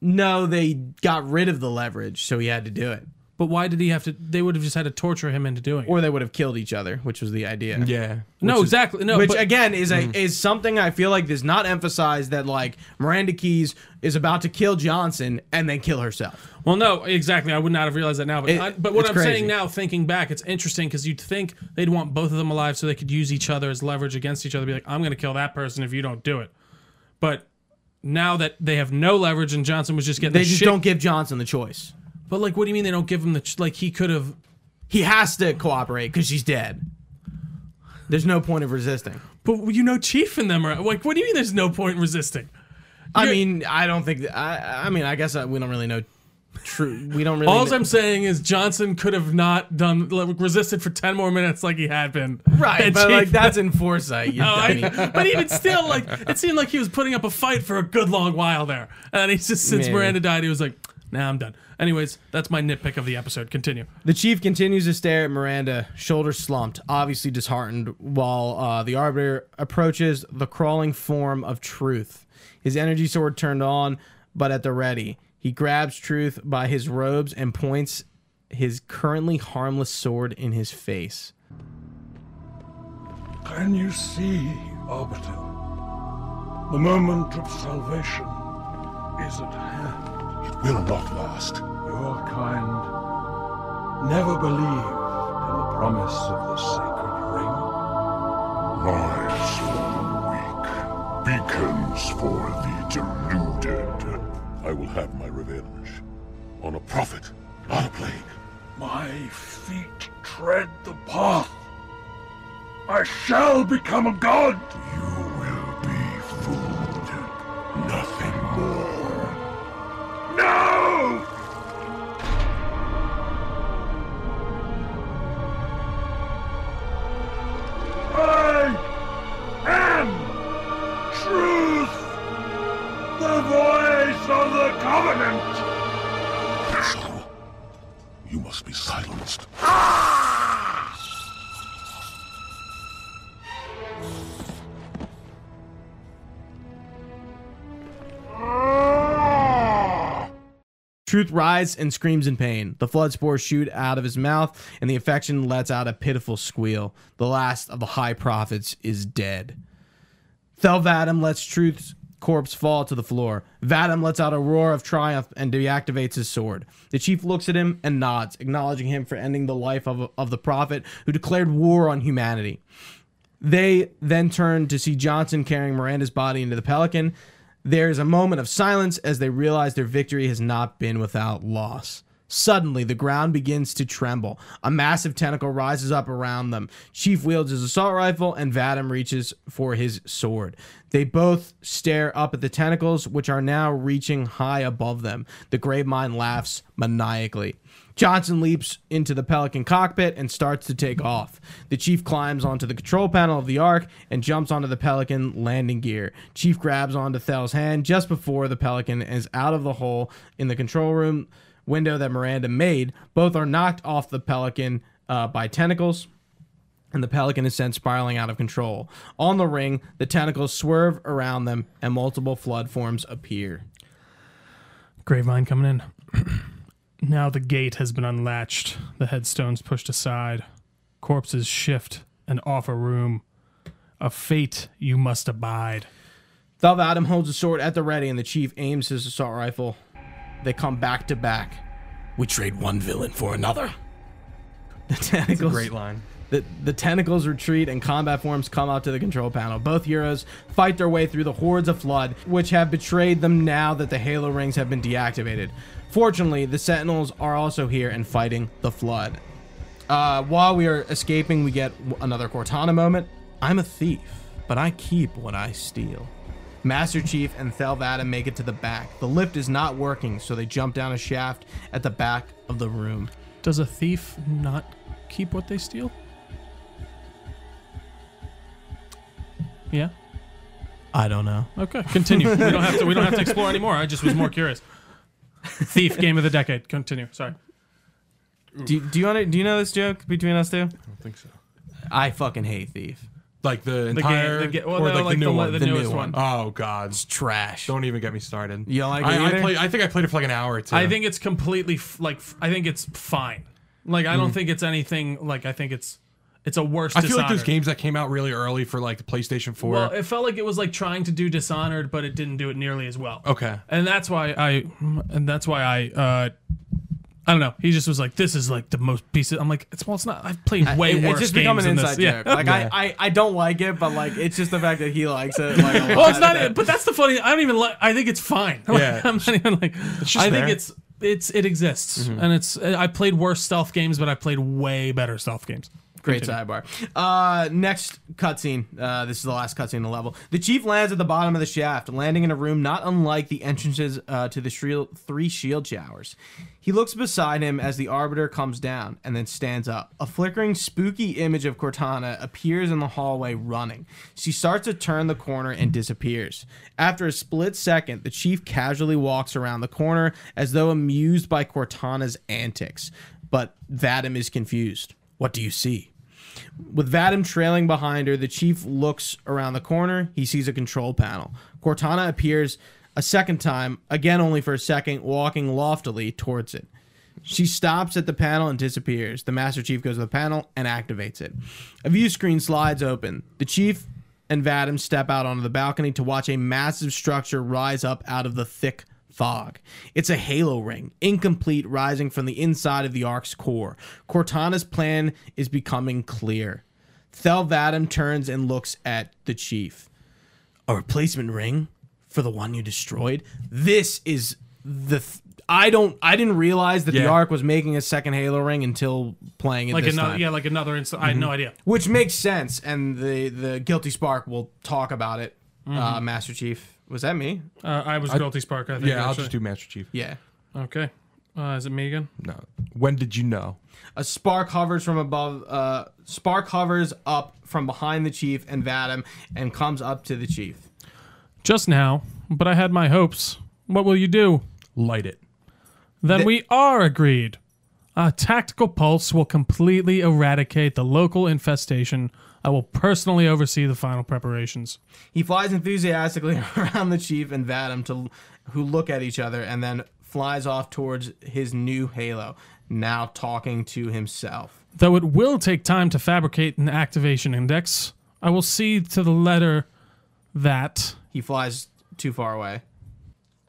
A: No, they got rid of the leverage, so he had to do it,
B: But why did he have to? They would have just had to torture him into doing. it.
A: or they would have killed each other, which was the idea.
C: Yeah.
B: no, exactly. No,
A: which
B: but,
A: again is a is something I feel like does not emphasize that like Miranda Keys is about to kill Johnson and then kill herself.
B: well, no, exactly. I would not have realized that now. But
A: It-
B: I, but what
A: it's
B: I'm
A: crazy.
B: saying now, thinking back, it's interesting because you'd think they'd want both of them alive so they could use each other as leverage against each other. Be like, I'm going to kill that person if you don't do it. But now that they have no leverage and Johnson was just getting,
A: They
B: the
A: just
B: shit-
A: don't give Johnson the choice.
B: But like, what do you mean they don't give him the ch- like? He could have.
A: He has to cooperate because she's dead. There's no point of resisting.
B: But you know, Chief and them are like, what do you mean? There's no point in resisting.
A: I
B: You're-
A: mean, I don't think. That, I I mean, I guess I, we don't really know. True, we don't really.
B: All
A: kn-
B: I'm saying is Johnson could have not done like, resisted for ten more minutes like he had been.
A: right,
B: And
A: but
B: Chief-
A: like that's in foresight. You
B: Oh, I-
A: dummy.
B: but even still, like it seemed like he was putting up a fight for a good long while there, and he's just since
A: Maybe.
B: Miranda died, he was like, "Nah, I'm done." Anyways, that's my nitpick of the episode. Continue.
A: The chief continues to stare at Miranda, shoulders slumped, obviously disheartened, while uh, the arbiter approaches the crawling form of Truth. His energy sword turned on, but at the ready. He grabs Truth by his robes and points his currently harmless sword in his face.
E: Can you see, Arbiter? The moment of salvation is at hand.
F: It will not last.
E: Your kind never believed in the promise of the sacred ring.
F: Lies for the weak, beacons for the deluded. I will have my revenge. On a prophet, not a plague.
E: My feet tread the path. I shall become a god.
F: You will be fooled. Nothing more.
E: No! I am voice of the Covenant!
F: Ishtar, you must be silenced.
A: Truth writhes and screams in pain. The flood spores shoot out of his mouth, and the affection lets out a pitiful squeal. The last of the high prophets is dead. Thelvadim lets Truth's corpse fall to the floor. Vadim lets out a roar of triumph and deactivates his sword. The chief looks at him and nods, acknowledging him for ending the life of, of the prophet who declared war on humanity. They then turn to see Johnson carrying Miranda's body into the Pelican. There is a moment of silence as they realize their victory has not been without loss. Suddenly, the ground begins to tremble. A massive tentacle rises up around them. Chief wields his assault rifle, and Vadim reaches for his sword. They both stare up at the tentacles, which are now reaching high above them. The grave mind laughs maniacally. Johnson leaps into the Pelican cockpit and starts to take off. The Chief climbs onto the control panel of the Ark and jumps onto the Pelican landing gear. Chief grabs onto Thel's hand just before the Pelican is out of the hole in the control room window that Miranda made. Both are knocked off the Pelican uh, by tentacles and the pelican is sent spiraling out of control. On the ring, the tentacles swerve around them, and multiple flood forms appear.
B: Gravemind coming in. now the gate has been unlatched, the headstones pushed aside, corpses shift and offer room. A fate you must abide.
A: Thalvadim holds a sword at the ready, and the chief aims his assault rifle. They come back to back. We trade one villain for another. The tentacles,
G: Great line.
A: the, the tentacles retreat, and combat forms come out to the control panel. Both heroes fight their way through the hordes of Flood, which have betrayed them now that the Halo rings have been deactivated. Fortunately, the Sentinels are also here and fighting the Flood. Uh, while we are escaping, we get w- another Cortana moment. I'm a thief, but I keep what I steal. Master Chief and Thelvada make it to the back. The lift is not working, so they jump down a shaft at the back of the room.
B: Does a thief not keep what they steal? Yeah.
A: I don't know.
B: Okay. Continue. we don't have to. We don't have to explore anymore. I just was more curious. Thief game of the decade. Continue. Sorry.
A: Do, do you want do you know this joke between us two?
C: I don't think so.
A: I fucking hate thief.
C: Like the
B: The game.
C: entire,
B: The ga- well,
C: or
B: no,
C: like, the new
B: the,
C: one.
B: The,
A: The new
B: newest
A: one.
B: one.
C: oh God!
A: Trash.
C: Don't even get me started.
A: You don't like it
C: I,
A: either?
C: I, played, I think I played it for like an hour or two.
B: I think it's completely f- like f- I think it's fine. Like I don't think it's anything. Like I think it's it's a worse.
C: I feel like those
B: Dishonored.
C: games that came out really early for like the PlayStation 4.
B: Well, it felt like it was like trying to do Dishonored, but it didn't do it nearly as well.
C: okay.
B: and that's why I, and that's why I, uh, I don't know. He just was like, "This is like the most piece." Of, I'm like, "It's well, it's not. I've played way
A: It-
B: worse
A: it's just become
B: games
A: an
B: than
A: inside
B: this." Yeah.
A: joke. Like I, I, I don't like it, but like it's just the fact that he likes it. Like, a
B: well,
A: lot.
B: Oh, it's not. e, But that's the funny. I don't even like. I think it's fine. Like,
C: Yeah.
B: I'm not even like.
C: just
B: I think
C: there.
B: it's it's it exists, and it's. I played worse stealth games, but I played way better stealth games.
A: Great sidebar. Uh, next cutscene. Uh, this is the last cutscene in the level. The chief lands at the bottom of the shaft, landing in a room not unlike the entrances uh, to the shriel- three shield showers. He looks beside him as the arbiter comes down and then stands up. A flickering, spooky image of Cortana appears in the hallway, running. She starts to turn the corner and disappears. After a split second, the chief casually walks around the corner as though amused by Cortana's antics, but Vadim is confused. What do you see? With Vadim trailing behind her, the chief looks around the corner. He sees a control panel. Cortana appears a second time, again only for a second, walking loftily towards it. She stops at the panel and disappears. The Master Chief goes to the panel and activates it. A view screen slides open. The Chief and Vadim step out onto the balcony to watch a massive structure rise up out of the thick fog. It's a halo ring, incomplete, rising from the inside of the Ark's core. Cortana's plan is becoming clear. Thelvadim turns and looks at the Chief. A replacement ring for the one you destroyed? This is the. Th- I don't. I didn't realize that the
C: Yeah.
A: Ark was making a second Halo ring until playing it
B: Like
A: this
B: another,
A: time
B: yeah, like another. Inst- I had no idea.
A: which makes sense. And the the guilty spark will talk about it.
B: Mm-hmm.
A: Uh, Master Chief, was that me?
B: Uh, I was guilty spark. I think,
C: Yeah, I'll
B: actually.
C: just do Master Chief.
A: Yeah.
B: Okay. Uh, is it me again?
C: No. When did you know?
A: A spark hovers from above. Uh, spark hovers up from behind the chief and Vadim, and comes up to the chief.
B: Just now, but I had my hopes. What will you do?
C: Light it.
B: Then we are agreed. A tactical pulse will completely eradicate the local infestation. I will personally oversee the final preparations.
A: He flies enthusiastically around the chief and Vadim to who look at each other and then flies off towards his new halo, now talking to himself.
B: Though it will take time to fabricate an activation index, I will see to the letter that.
A: He flies too far away.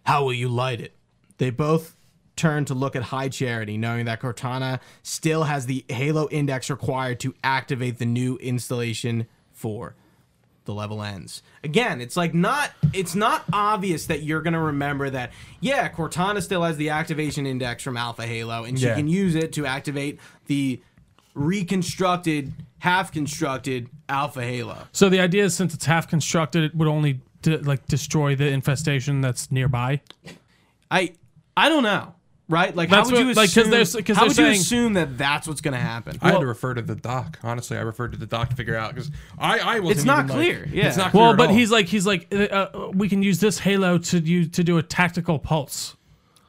A: How will you light it? They both turn to look at High Charity, knowing that Cortana still has the halo index required to activate the new installation for the level ends. Again, it's like not it's not obvious that you're gonna remember that. Yeah, Cortana still has the activation index from Alpha Halo, and she
C: Yeah.
A: can use it to activate the reconstructed, half constructed Alpha Halo.
B: So the idea is since it's half constructed, it would only de- like destroy the infestation that's nearby.
A: I I don't know, right? Like
B: That's
A: how would
B: what-
A: you
B: like, 'cause
A: assume?
B: they're s- 'cause
A: how
B: they're
A: would you
B: saying-
A: assume that that's what's gonna happen?
C: I had to refer to the doc. Honestly, I referred to the doc to figure out because I, I wasn't.
A: It's not
C: even,
A: clear,
C: Like,
A: yeah.
C: It's not clear.
B: Well,
C: at
B: but
C: all.
B: he's like he's like uh, uh, we can use this halo to do to do a tactical pulse.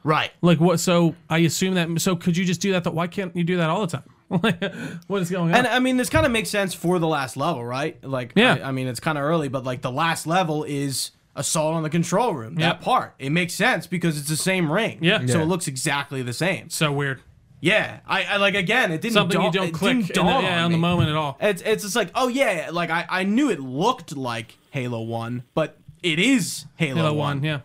A: right.
B: Like what? So I assume that. So could you just do that? Though why can't you do that all the time? Like what is going on?
A: And I mean, this kind of makes sense for the last level, right? Like,
B: Yeah.
A: I, I mean, it's kind of early, but like the last level is assault on the control room.
B: Yeah.
A: That part it makes sense because it's the same ring.
B: Yeah.
A: So
C: Yeah.
A: it looks exactly the same.
B: so weird.
A: Yeah. I, I like again, it didn't
B: Something
A: dawn,
B: you don't
A: it
B: click
A: didn't
B: in the-
A: dawn
B: yeah,
A: on,
B: on the
A: me.
B: moment at all.
A: It's it's just like oh yeah, like I I knew it looked like Halo One, but it is Halo,
B: Halo
A: One.
B: one, yeah.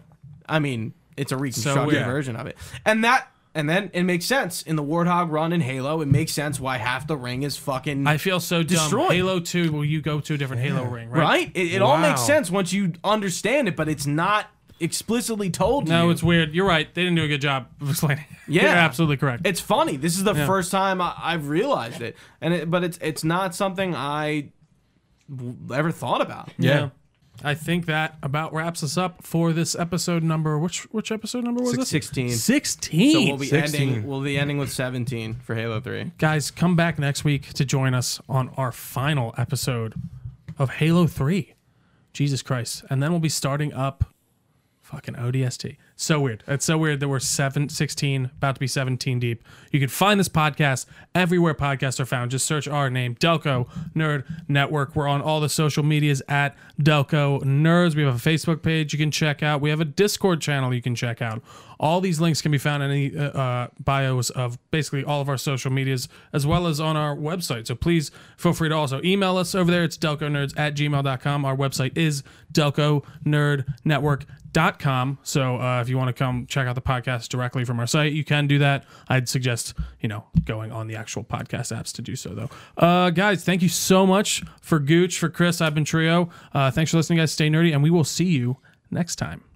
A: I mean, it's a reconstructed
B: weird.
A: version of it. And that and then it makes sense in the Warthog run in Halo. It makes sense why half the ring is fucking
B: I feel so dumb.
A: Destroyed.
B: Halo two, will you go to a different Halo ring? Right.
A: right. It, it all makes
C: Wow.
A: sense once you understand it, but it's not explicitly told. to
B: No,
A: you.
B: it's weird. You're right. They didn't do a good job of explaining.
A: Yeah.
B: You're absolutely correct.
A: it's funny. This is the first time I, I've realized it, and it, but it's it's not something I w- ever thought about.
C: yeah.
B: I think that about wraps us up for this episode number. Which which episode number was
A: Six- 16.
B: this? Sixteen.
A: So we'll be
C: 16.
A: ending. We'll be ending with seventeen for Halo Three.
B: Guys, come back next week to join us on our final episode of Halo Three. Jesus Christ! And then we'll be starting up fucking ODST. So weird. It's so weird that we're seven, 16, about to be 17 deep. You can find this podcast everywhere podcasts are found. Just search our name, Delco Nerd Network. We're on all the social medias at Delco Nerds. We have a Facebook page you can check out. We have a Discord channel you can check out. All these links can be found in the uh, uh, bios of basically all of our social medias, as well as on our website. So please feel free to also email us over there. It's delconerds at gmail.com. Our website is delconerdnetwork.com dot com so uh, if you want to come check out the podcast directly from our site you can do that i'd suggest you know going on the actual podcast apps to do so though uh, guys thank you so much for gooch for chris i've been trio uh, thanks for listening guys stay nerdy and we will see you next time